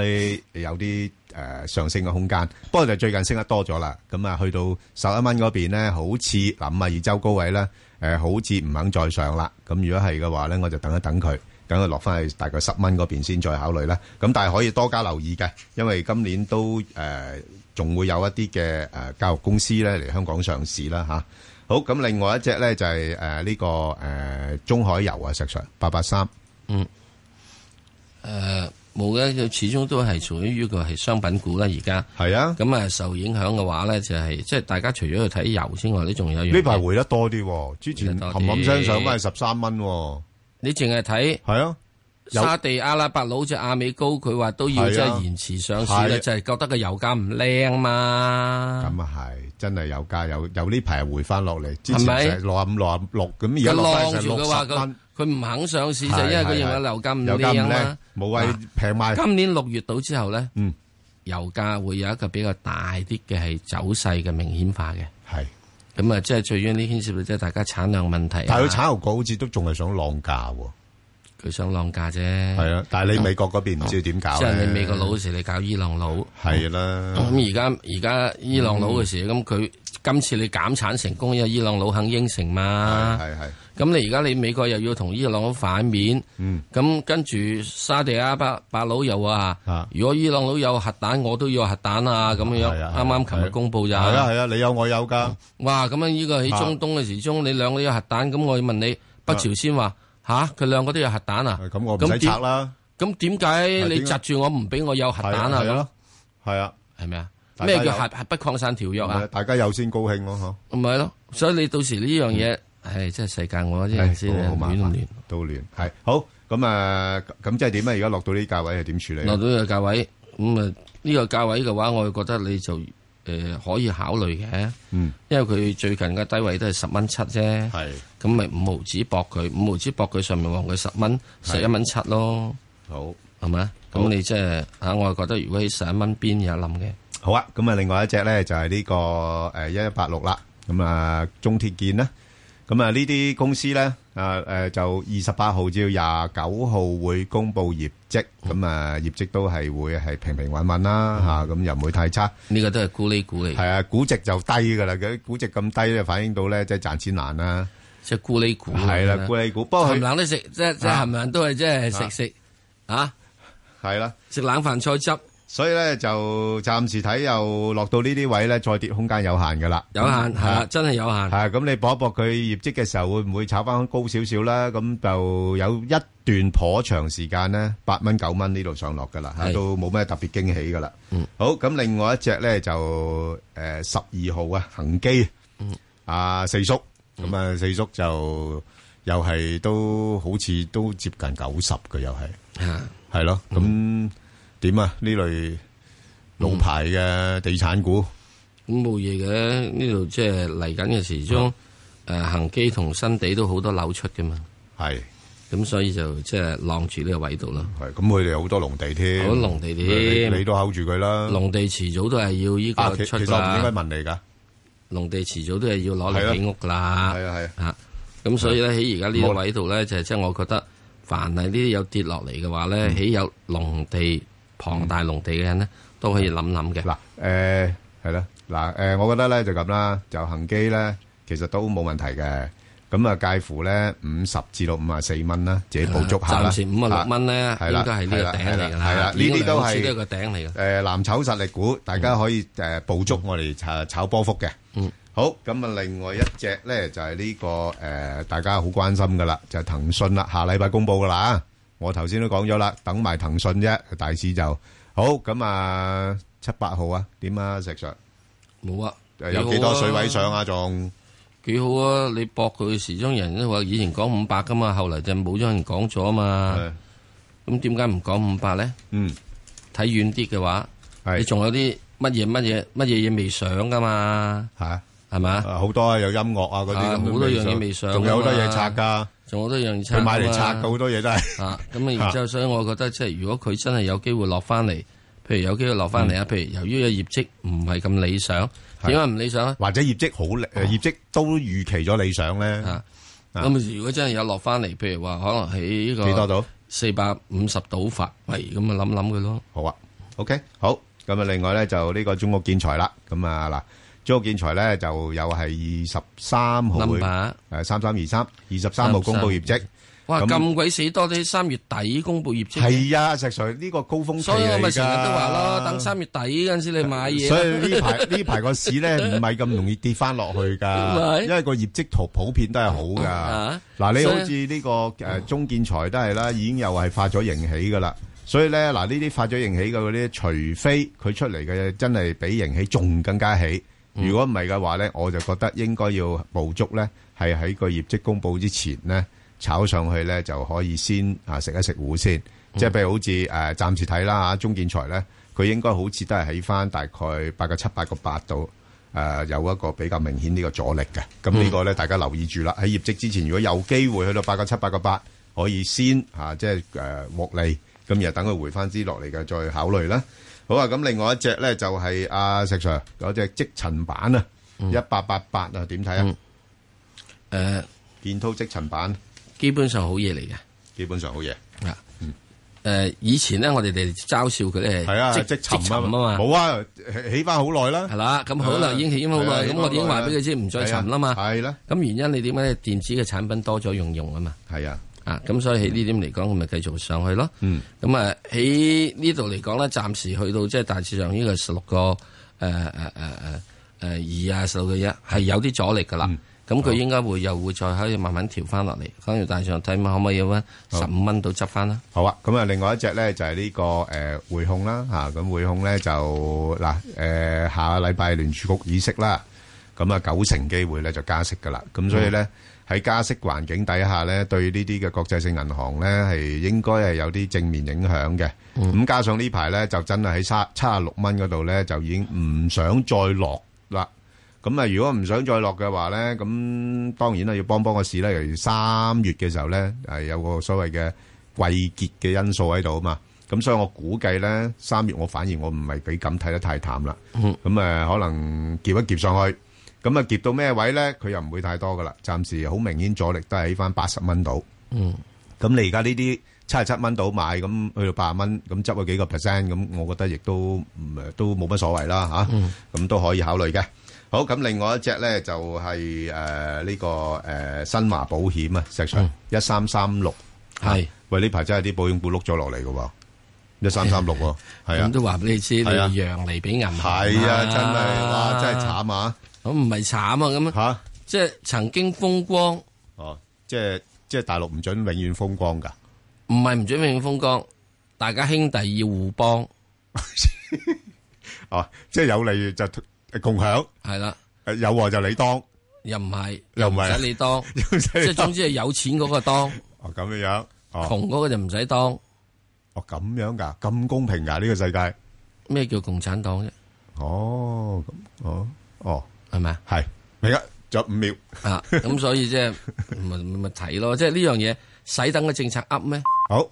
Speaker 1: 有啲誒上升嘅空間。不過就最近升得多咗啦，咁啊，去到十一蚊嗰邊咧，好似嗱五啊二周高位咧，誒好似唔肯再上啦。咁如果係嘅話咧，我就等一等佢。等佢落翻去大概十蚊嗰邊先再考慮啦。咁但係可以多加留意嘅，因為今年都誒仲、會有一啲嘅誒教育公司咧嚟香港上市啦吓，好，咁另外一隻咧就係誒呢個誒、呃中海油啊，石 Sir 八八三，
Speaker 2: 嗯，誒、冇嘅，佢始終都係屬於呢個係商品股啦。而家
Speaker 1: 係啊，
Speaker 2: 咁啊受影響嘅話咧，就係即係大家除咗去睇油之外，你仲有一樣
Speaker 1: 呢排
Speaker 2: 嘢
Speaker 1: 回得多啲喎，之前冚冚聲上翻去十三蚊喎。
Speaker 2: 你淨係睇
Speaker 1: 係啊，有
Speaker 2: 沙地阿拉伯佬只亞美高，佢話都要即
Speaker 1: 係啊
Speaker 2: 係延遲上市
Speaker 1: 係
Speaker 2: 咧，
Speaker 1: 啊
Speaker 2: 就係覺得個油價唔靚嘛。
Speaker 1: 咁啊係，真係有價有有呢排回翻落嚟，之
Speaker 2: 係
Speaker 1: 前
Speaker 2: 咪
Speaker 1: 就係六啊五六啊六，咁而
Speaker 2: 佢
Speaker 1: 家落翻
Speaker 2: 晾
Speaker 1: 成
Speaker 2: 住
Speaker 1: 六
Speaker 2: 佢
Speaker 1: 十
Speaker 2: 話
Speaker 1: 蚊
Speaker 2: 佢，佢唔肯上市就
Speaker 1: 係
Speaker 2: 因為佢
Speaker 1: 係
Speaker 2: 認為
Speaker 1: 係
Speaker 2: 樓價唔
Speaker 1: 油價唔
Speaker 2: 靚啊
Speaker 1: 靚
Speaker 2: 啦，
Speaker 1: 冇位
Speaker 2: 嗱
Speaker 1: 平賣
Speaker 2: 今年六月到之後咧，
Speaker 1: 嗯，
Speaker 2: 油價會有一個比較大啲嘅係走勢嘅明顯化嘅，
Speaker 1: 係
Speaker 2: 咁啊，即係最緊要呢牽涉到即係大家產量問題啊。
Speaker 1: 但係佢產油股好似都仲係想浪價喎。
Speaker 2: 佢想浪價啫。
Speaker 1: 係啊，但係你美國嗰邊唔知點搞
Speaker 2: 即係
Speaker 1: 咧
Speaker 2: 你美國佬嗰時，你搞伊朗佬。
Speaker 1: 係啦
Speaker 2: 咁而家而家伊朗佬嘅時，咁佢今次你減產成功，因為伊朗佬肯應承嘛。
Speaker 1: 係係。
Speaker 2: 咁你而家你美國又要同伊朗佬反面，
Speaker 1: 嗯
Speaker 2: 咁跟住沙地阿拉伯伯佬又話，
Speaker 1: 啊
Speaker 2: 如果伊朗佬有核彈，我都要有核彈啊咁樣。啱啱琴日公佈咋。
Speaker 1: 係啊啊係啊，你有我有噶。
Speaker 2: 哇！咁樣呢個喺中東嘅時鐘，你兩個都有核彈，咁我要問你，北朝鮮話吓佢兩個都有核彈啊？
Speaker 1: 啊咁我
Speaker 2: 唔
Speaker 1: 使拆啦。
Speaker 2: 咁點解你
Speaker 1: 點解
Speaker 2: 窒住我唔俾我有核彈
Speaker 1: 係啊係
Speaker 2: 啊
Speaker 1: 啊？係啊，
Speaker 2: 係咪啊？
Speaker 1: 大家
Speaker 2: 咩叫
Speaker 1: 有
Speaker 2: 核核不擴散條約
Speaker 1: 唔係
Speaker 2: 啊？
Speaker 1: 大家有先高興咯，
Speaker 2: 唔係咯，所以你到時呢樣嘢，唉，真係世界我呢陣時
Speaker 1: 唉好麻煩
Speaker 2: 啊亂唔亂？
Speaker 1: 都亂嗬。係好咁啊，咁即係點啊？而家落到呢價位係點處理啊？
Speaker 2: 落到呢個價位，咁啊呢個價位嘅話，我覺得你就誒、呃可以考慮嘅，
Speaker 1: 嗯，
Speaker 2: 因為佢最近嘅低位都係十蚊七啫，
Speaker 1: 係，
Speaker 2: 咁咪五毫子搏佢，五毫子搏佢上面望佢十蚊，
Speaker 1: 係
Speaker 2: 十一蚊七咯，
Speaker 1: 好，
Speaker 2: 係咪啊？咁你即係啊，我係覺得如果喺十一蚊邊有諗嘅，
Speaker 1: 好啊，咁啊，另外一隻咧就係呢個誒一一八六啦，咁啊中鐵建啦，咁啊呢啲公司咧啊誒就二十八號至到廿九號會公布業績，咁啊業績都係會係平平穩穩啦嚇，咁又唔會太差。
Speaker 2: 呢個都係咕哩咕哩。
Speaker 1: 係啊，估值就低噶啦，佢估值咁低咧，反映到咧即係賺錢難啦。
Speaker 2: 即係咕哩股
Speaker 1: 係啦，咕哩股，不過
Speaker 2: 冚
Speaker 1: 佢
Speaker 2: 冷都食，即係即係
Speaker 1: 啊
Speaker 2: 冚冷都係即係食食啊，
Speaker 1: 係啦，
Speaker 2: 食冷飯菜汁。
Speaker 1: 所以咧就暫時睇又落到呢啲位咧，再跌空間有限噶啦，
Speaker 2: 有限係啦，真係有限。
Speaker 1: 嗯係咁你搏一搏佢業績嘅時候，會唔會炒翻高少少啦？咁就有一段頗長時間咧，八蚊九蚊呢度上落噶啦，
Speaker 2: 係
Speaker 1: 都冇咩特別驚喜噶啦。
Speaker 2: 嗯
Speaker 1: 好，咁另外一隻咧就誒十二號啊，恒基，啊四叔，咁啊四叔就又係都好似都接近九十嘅，又係
Speaker 2: 啊
Speaker 1: 係咯。咁點啊？呢類老牌嘅地產股
Speaker 2: 咁冇嘢嘅，呢度即係嚟緊嘅時
Speaker 1: 啊
Speaker 2: 鐘，誒恒基同新地都好多樓出噶嘛，
Speaker 1: 係
Speaker 2: 咁所以就即係晾住呢個位度啦，
Speaker 1: 係咁，佢哋好多農地添，
Speaker 2: 好多農地添
Speaker 1: 你你都 hold 住佢啦。
Speaker 2: 農地遲早都係要呢
Speaker 1: 啊，
Speaker 2: 個
Speaker 1: 其
Speaker 2: 出
Speaker 1: 其實
Speaker 2: 㗎
Speaker 1: 我唔應該
Speaker 2: 啦，
Speaker 1: 問你㗎，
Speaker 2: 農地遲早都係要攞嚟起屋㗎啦，
Speaker 1: 係啊係啊，
Speaker 2: 啊，咁所以咧喺而家呢個位度咧，就係即係我覺得，凡係呢啲有跌落嚟嘅話咧，
Speaker 1: 嗯
Speaker 2: 喺有農地龐大農地嘅人咧，都可以諗諗嘅。嗱，
Speaker 1: 誒係啦，嗱誒，我覺得咧就咁啦，就恒基咧其實都冇問題嘅，咁啊介乎咧五十至到五啊四蚊啦，自己捕捉下啦。
Speaker 2: 暫時五啊六蚊咧，
Speaker 1: 係
Speaker 2: 應
Speaker 1: 啦
Speaker 2: 該係呢
Speaker 1: 係
Speaker 2: 個
Speaker 1: 啦
Speaker 2: 頂嚟㗎啦。
Speaker 1: 係啦呢啲都係
Speaker 2: 呢個頂嚟㗎。
Speaker 1: 誒藍籌實力股，大家可以誒捕捉我哋誒炒波幅嘅。
Speaker 2: 嗯，
Speaker 1: 好咁啊，另外一隻咧就係呢個誒大家好關心㗎啦，就係騰訊啦，下禮拜公佈㗎啦。我頭先都講咗啦，等埋騰訊啫，大市就好咁啊。七八號啊，點啊，石 Sir？
Speaker 2: 冇啊，
Speaker 1: 誒有幾多水位上啊？仲
Speaker 2: 幾好啊！你博佢時鐘人都話以前講五百㗎嘛，後嚟就冇咗人講咗啊嘛。咁點解唔講五百咧？
Speaker 1: 嗯，
Speaker 2: 睇遠啲嘅話，
Speaker 1: 係
Speaker 2: 你仲有啲乜嘢乜嘢乜嘢嘢未上㗎嘛？
Speaker 1: 嚇
Speaker 2: 係嘛？
Speaker 1: 啊好多啊，有音樂啊嗰啲
Speaker 2: 啊
Speaker 1: 咁，
Speaker 2: 好多樣嘢未上㗎嘛
Speaker 1: 仲有好多嘢拆㗎。
Speaker 2: 仲好多樣嘢拆㗎嘛。
Speaker 1: 佢買嚟拆㗎好多嘢都係
Speaker 2: 啊，咁啊，然之後，所以我覺得即係如果佢真係有機會落翻嚟，譬如有機會落翻嚟啊，譬如由於個業績唔係咁理想，
Speaker 1: 嗯係
Speaker 2: 點解唔理想咧？
Speaker 1: 或者業績好
Speaker 2: 哦
Speaker 1: 理，誒業績都預期咗理想咧。
Speaker 2: 啊咁如果真係有落翻嚟，譬如話可能喺呢個
Speaker 1: 幾多度？
Speaker 2: 四百五十度法，喂，咁啊諗諗佢咯。
Speaker 1: 好啊，OK，好。咁啊，另外咧就呢個中國建材啦。咁啊嗱，中國建材咧就又係二十三號會
Speaker 2: Number
Speaker 1: 誒三三二三二十三號公佈業績。
Speaker 2: 哇，
Speaker 1: 咁
Speaker 2: 咁鬼死多啲，三月底公布業績。
Speaker 1: 係啊，石 Sir 呢個高峰期
Speaker 2: 所以我咪
Speaker 1: 嚟
Speaker 2: 成日都話
Speaker 1: 㗎。
Speaker 2: 咯，等三月底嗰陣時你買嘢。
Speaker 1: 所以呢排呢排個市咧唔係咁容易跌翻落去 㗎，
Speaker 2: 咪
Speaker 1: 因為個業績圖普遍都係好㗎
Speaker 2: 啊。
Speaker 1: 哦嗱，你好
Speaker 2: 所以
Speaker 1: 似呢個誒中建材都係啦，已經又係發咗盈起㗎啦。所以咧嗱，呢啲發咗盈起嘅嗰啲，除非佢出嚟嘅真係比盈起仲更加起。
Speaker 2: 嗯
Speaker 1: 如果唔係嘅話咧，我就覺得應該要捕捉咧，係喺個業績公佈之前咧炒上去咧，就可以先啊食一食糊先。
Speaker 2: 嗯
Speaker 1: 即係譬如好似誒、呃、暫時睇啦嚇，中建材咧，佢應該好似都係喺翻大概八個七、八個八度誒，呃有一個比較明顯呢個阻力嘅。咁
Speaker 2: 嗯
Speaker 1: 呢個咧，大家留意住啦。喺業績之前，如果有機會去到八個七、八個八，可以先嚇、啊即係誒獲利，咁然後等佢回翻啲落嚟嘅，再考慮啦。好啊，咁另外一隻咧就係、阿、石 Sir 嗰隻積塵板啊，
Speaker 2: 嗯
Speaker 1: 一八八八啊，點睇啊？誒、建滔積塵板
Speaker 2: 呃基本上好嘢嚟嘅，
Speaker 1: 基本上好嘢。
Speaker 2: 啊，誒以前咧，我哋哋嘲笑佢咧，
Speaker 1: 嗯係啊積
Speaker 2: 積
Speaker 1: 沉
Speaker 2: 沉
Speaker 1: 啊
Speaker 2: 啊嘛，
Speaker 1: 冇啊，起翻好耐啦，
Speaker 2: 係啦，咁好啦，
Speaker 1: 係啊
Speaker 2: 已經起咗好
Speaker 1: 係啊
Speaker 2: 耐，
Speaker 1: 起
Speaker 2: 咁
Speaker 1: 返
Speaker 2: 我哋已經
Speaker 1: 好耐
Speaker 2: 話俾佢知唔再沉啦嘛，
Speaker 1: 係啦，
Speaker 2: 咁原因你點解電子嘅產品多咗用用啊嘛，
Speaker 1: 係啊，
Speaker 2: 啊，咁所以喺呢點嚟講，咁咪繼續上去咯，
Speaker 1: 嗯，
Speaker 2: 咁啊喺呢度嚟講咧，暫時去到即係大致上呢個十六呃個誒誒誒誒誒二啊十六個一係有啲阻力噶
Speaker 1: 嗯
Speaker 2: 啦。咁佢應該會又會再可以慢慢調翻落嚟，跟住大致上睇下可唔可以有翻十五蚊到執翻啦。
Speaker 1: 好啊，咁啊，另外一隻咧就係呢、個誒、呃、匯控啦，嚇、咁匯控咧就嗱誒、呃下個禮拜聯儲局議息啦，咁啊九成機會咧就加息噶啦，咁所以咧喺加息環境底下咧，對呢啲嘅國際性銀行咧係應該係有啲正面影響嘅，咁、加上呢排咧就真係喺三七十六蚊嗰度咧就已經唔想再落啦。咁啊，如果唔想再落嘅話咧，咁當然啦，要幫幫個市啦。尤其三月嘅時候咧，係有個所謂嘅季結嘅因素喺度啊嘛。咁所以我估計咧，三月我反而我唔係幾敢睇得太淡啦。咁誒、可能夾一夾上去，咁啊夾到咩位咧？佢又唔會太多噶啦。暫時好明顯阻力都係喺翻八十蚊度。
Speaker 2: 嗯。
Speaker 1: 咁你而家呢啲七十七蚊到買，咁去到八十蚊，咁執咗幾個 percent，咁我覺得亦都唔誒都冇乜所謂啦嚇，咁、都可以考慮嘅。好，咁另外一隻咧就係誒呢個誒、呃新華保險啊，石 Sir 一三三六
Speaker 2: 係
Speaker 1: 喂呢排真係啲保險股碌咗落嚟嘅喎，一三三六 喎，係啊
Speaker 2: 咁，都話俾你知，你
Speaker 1: 係啊
Speaker 2: 讓嚟俾銀行。
Speaker 1: 係啊，真係哇，真係慘啊！
Speaker 2: 咁唔係慘啊，咁
Speaker 1: 嚇，
Speaker 2: 即係曾經風光，
Speaker 1: 哦，即係即係大陸唔準永遠風光㗎。
Speaker 2: 唔係唔準永遠風光，大家兄弟要互幫。
Speaker 1: 哦，即係有利就呃共享，呃
Speaker 2: 系啦，
Speaker 1: 有禍就你當，
Speaker 2: 又唔係，
Speaker 1: 又唔係啊
Speaker 2: 使你當，
Speaker 1: 又唔使
Speaker 2: 即
Speaker 1: 你
Speaker 2: 係
Speaker 1: 當
Speaker 2: 總之係有錢嗰個當，
Speaker 1: 哦咁樣樣，哦
Speaker 2: 窮嗰個就唔使當。
Speaker 1: 哦咁樣㗎，咁公平㗎呢個世界。
Speaker 2: 咩叫共產黨啫？
Speaker 1: 哦，咁哦哦，
Speaker 2: 係咪啊？
Speaker 1: 係，明啊，仲有五秒。
Speaker 2: 啊，咁所以即係咪咪咪睇咯，即係呢樣嘢使等嘅政策噏咩？
Speaker 1: 好，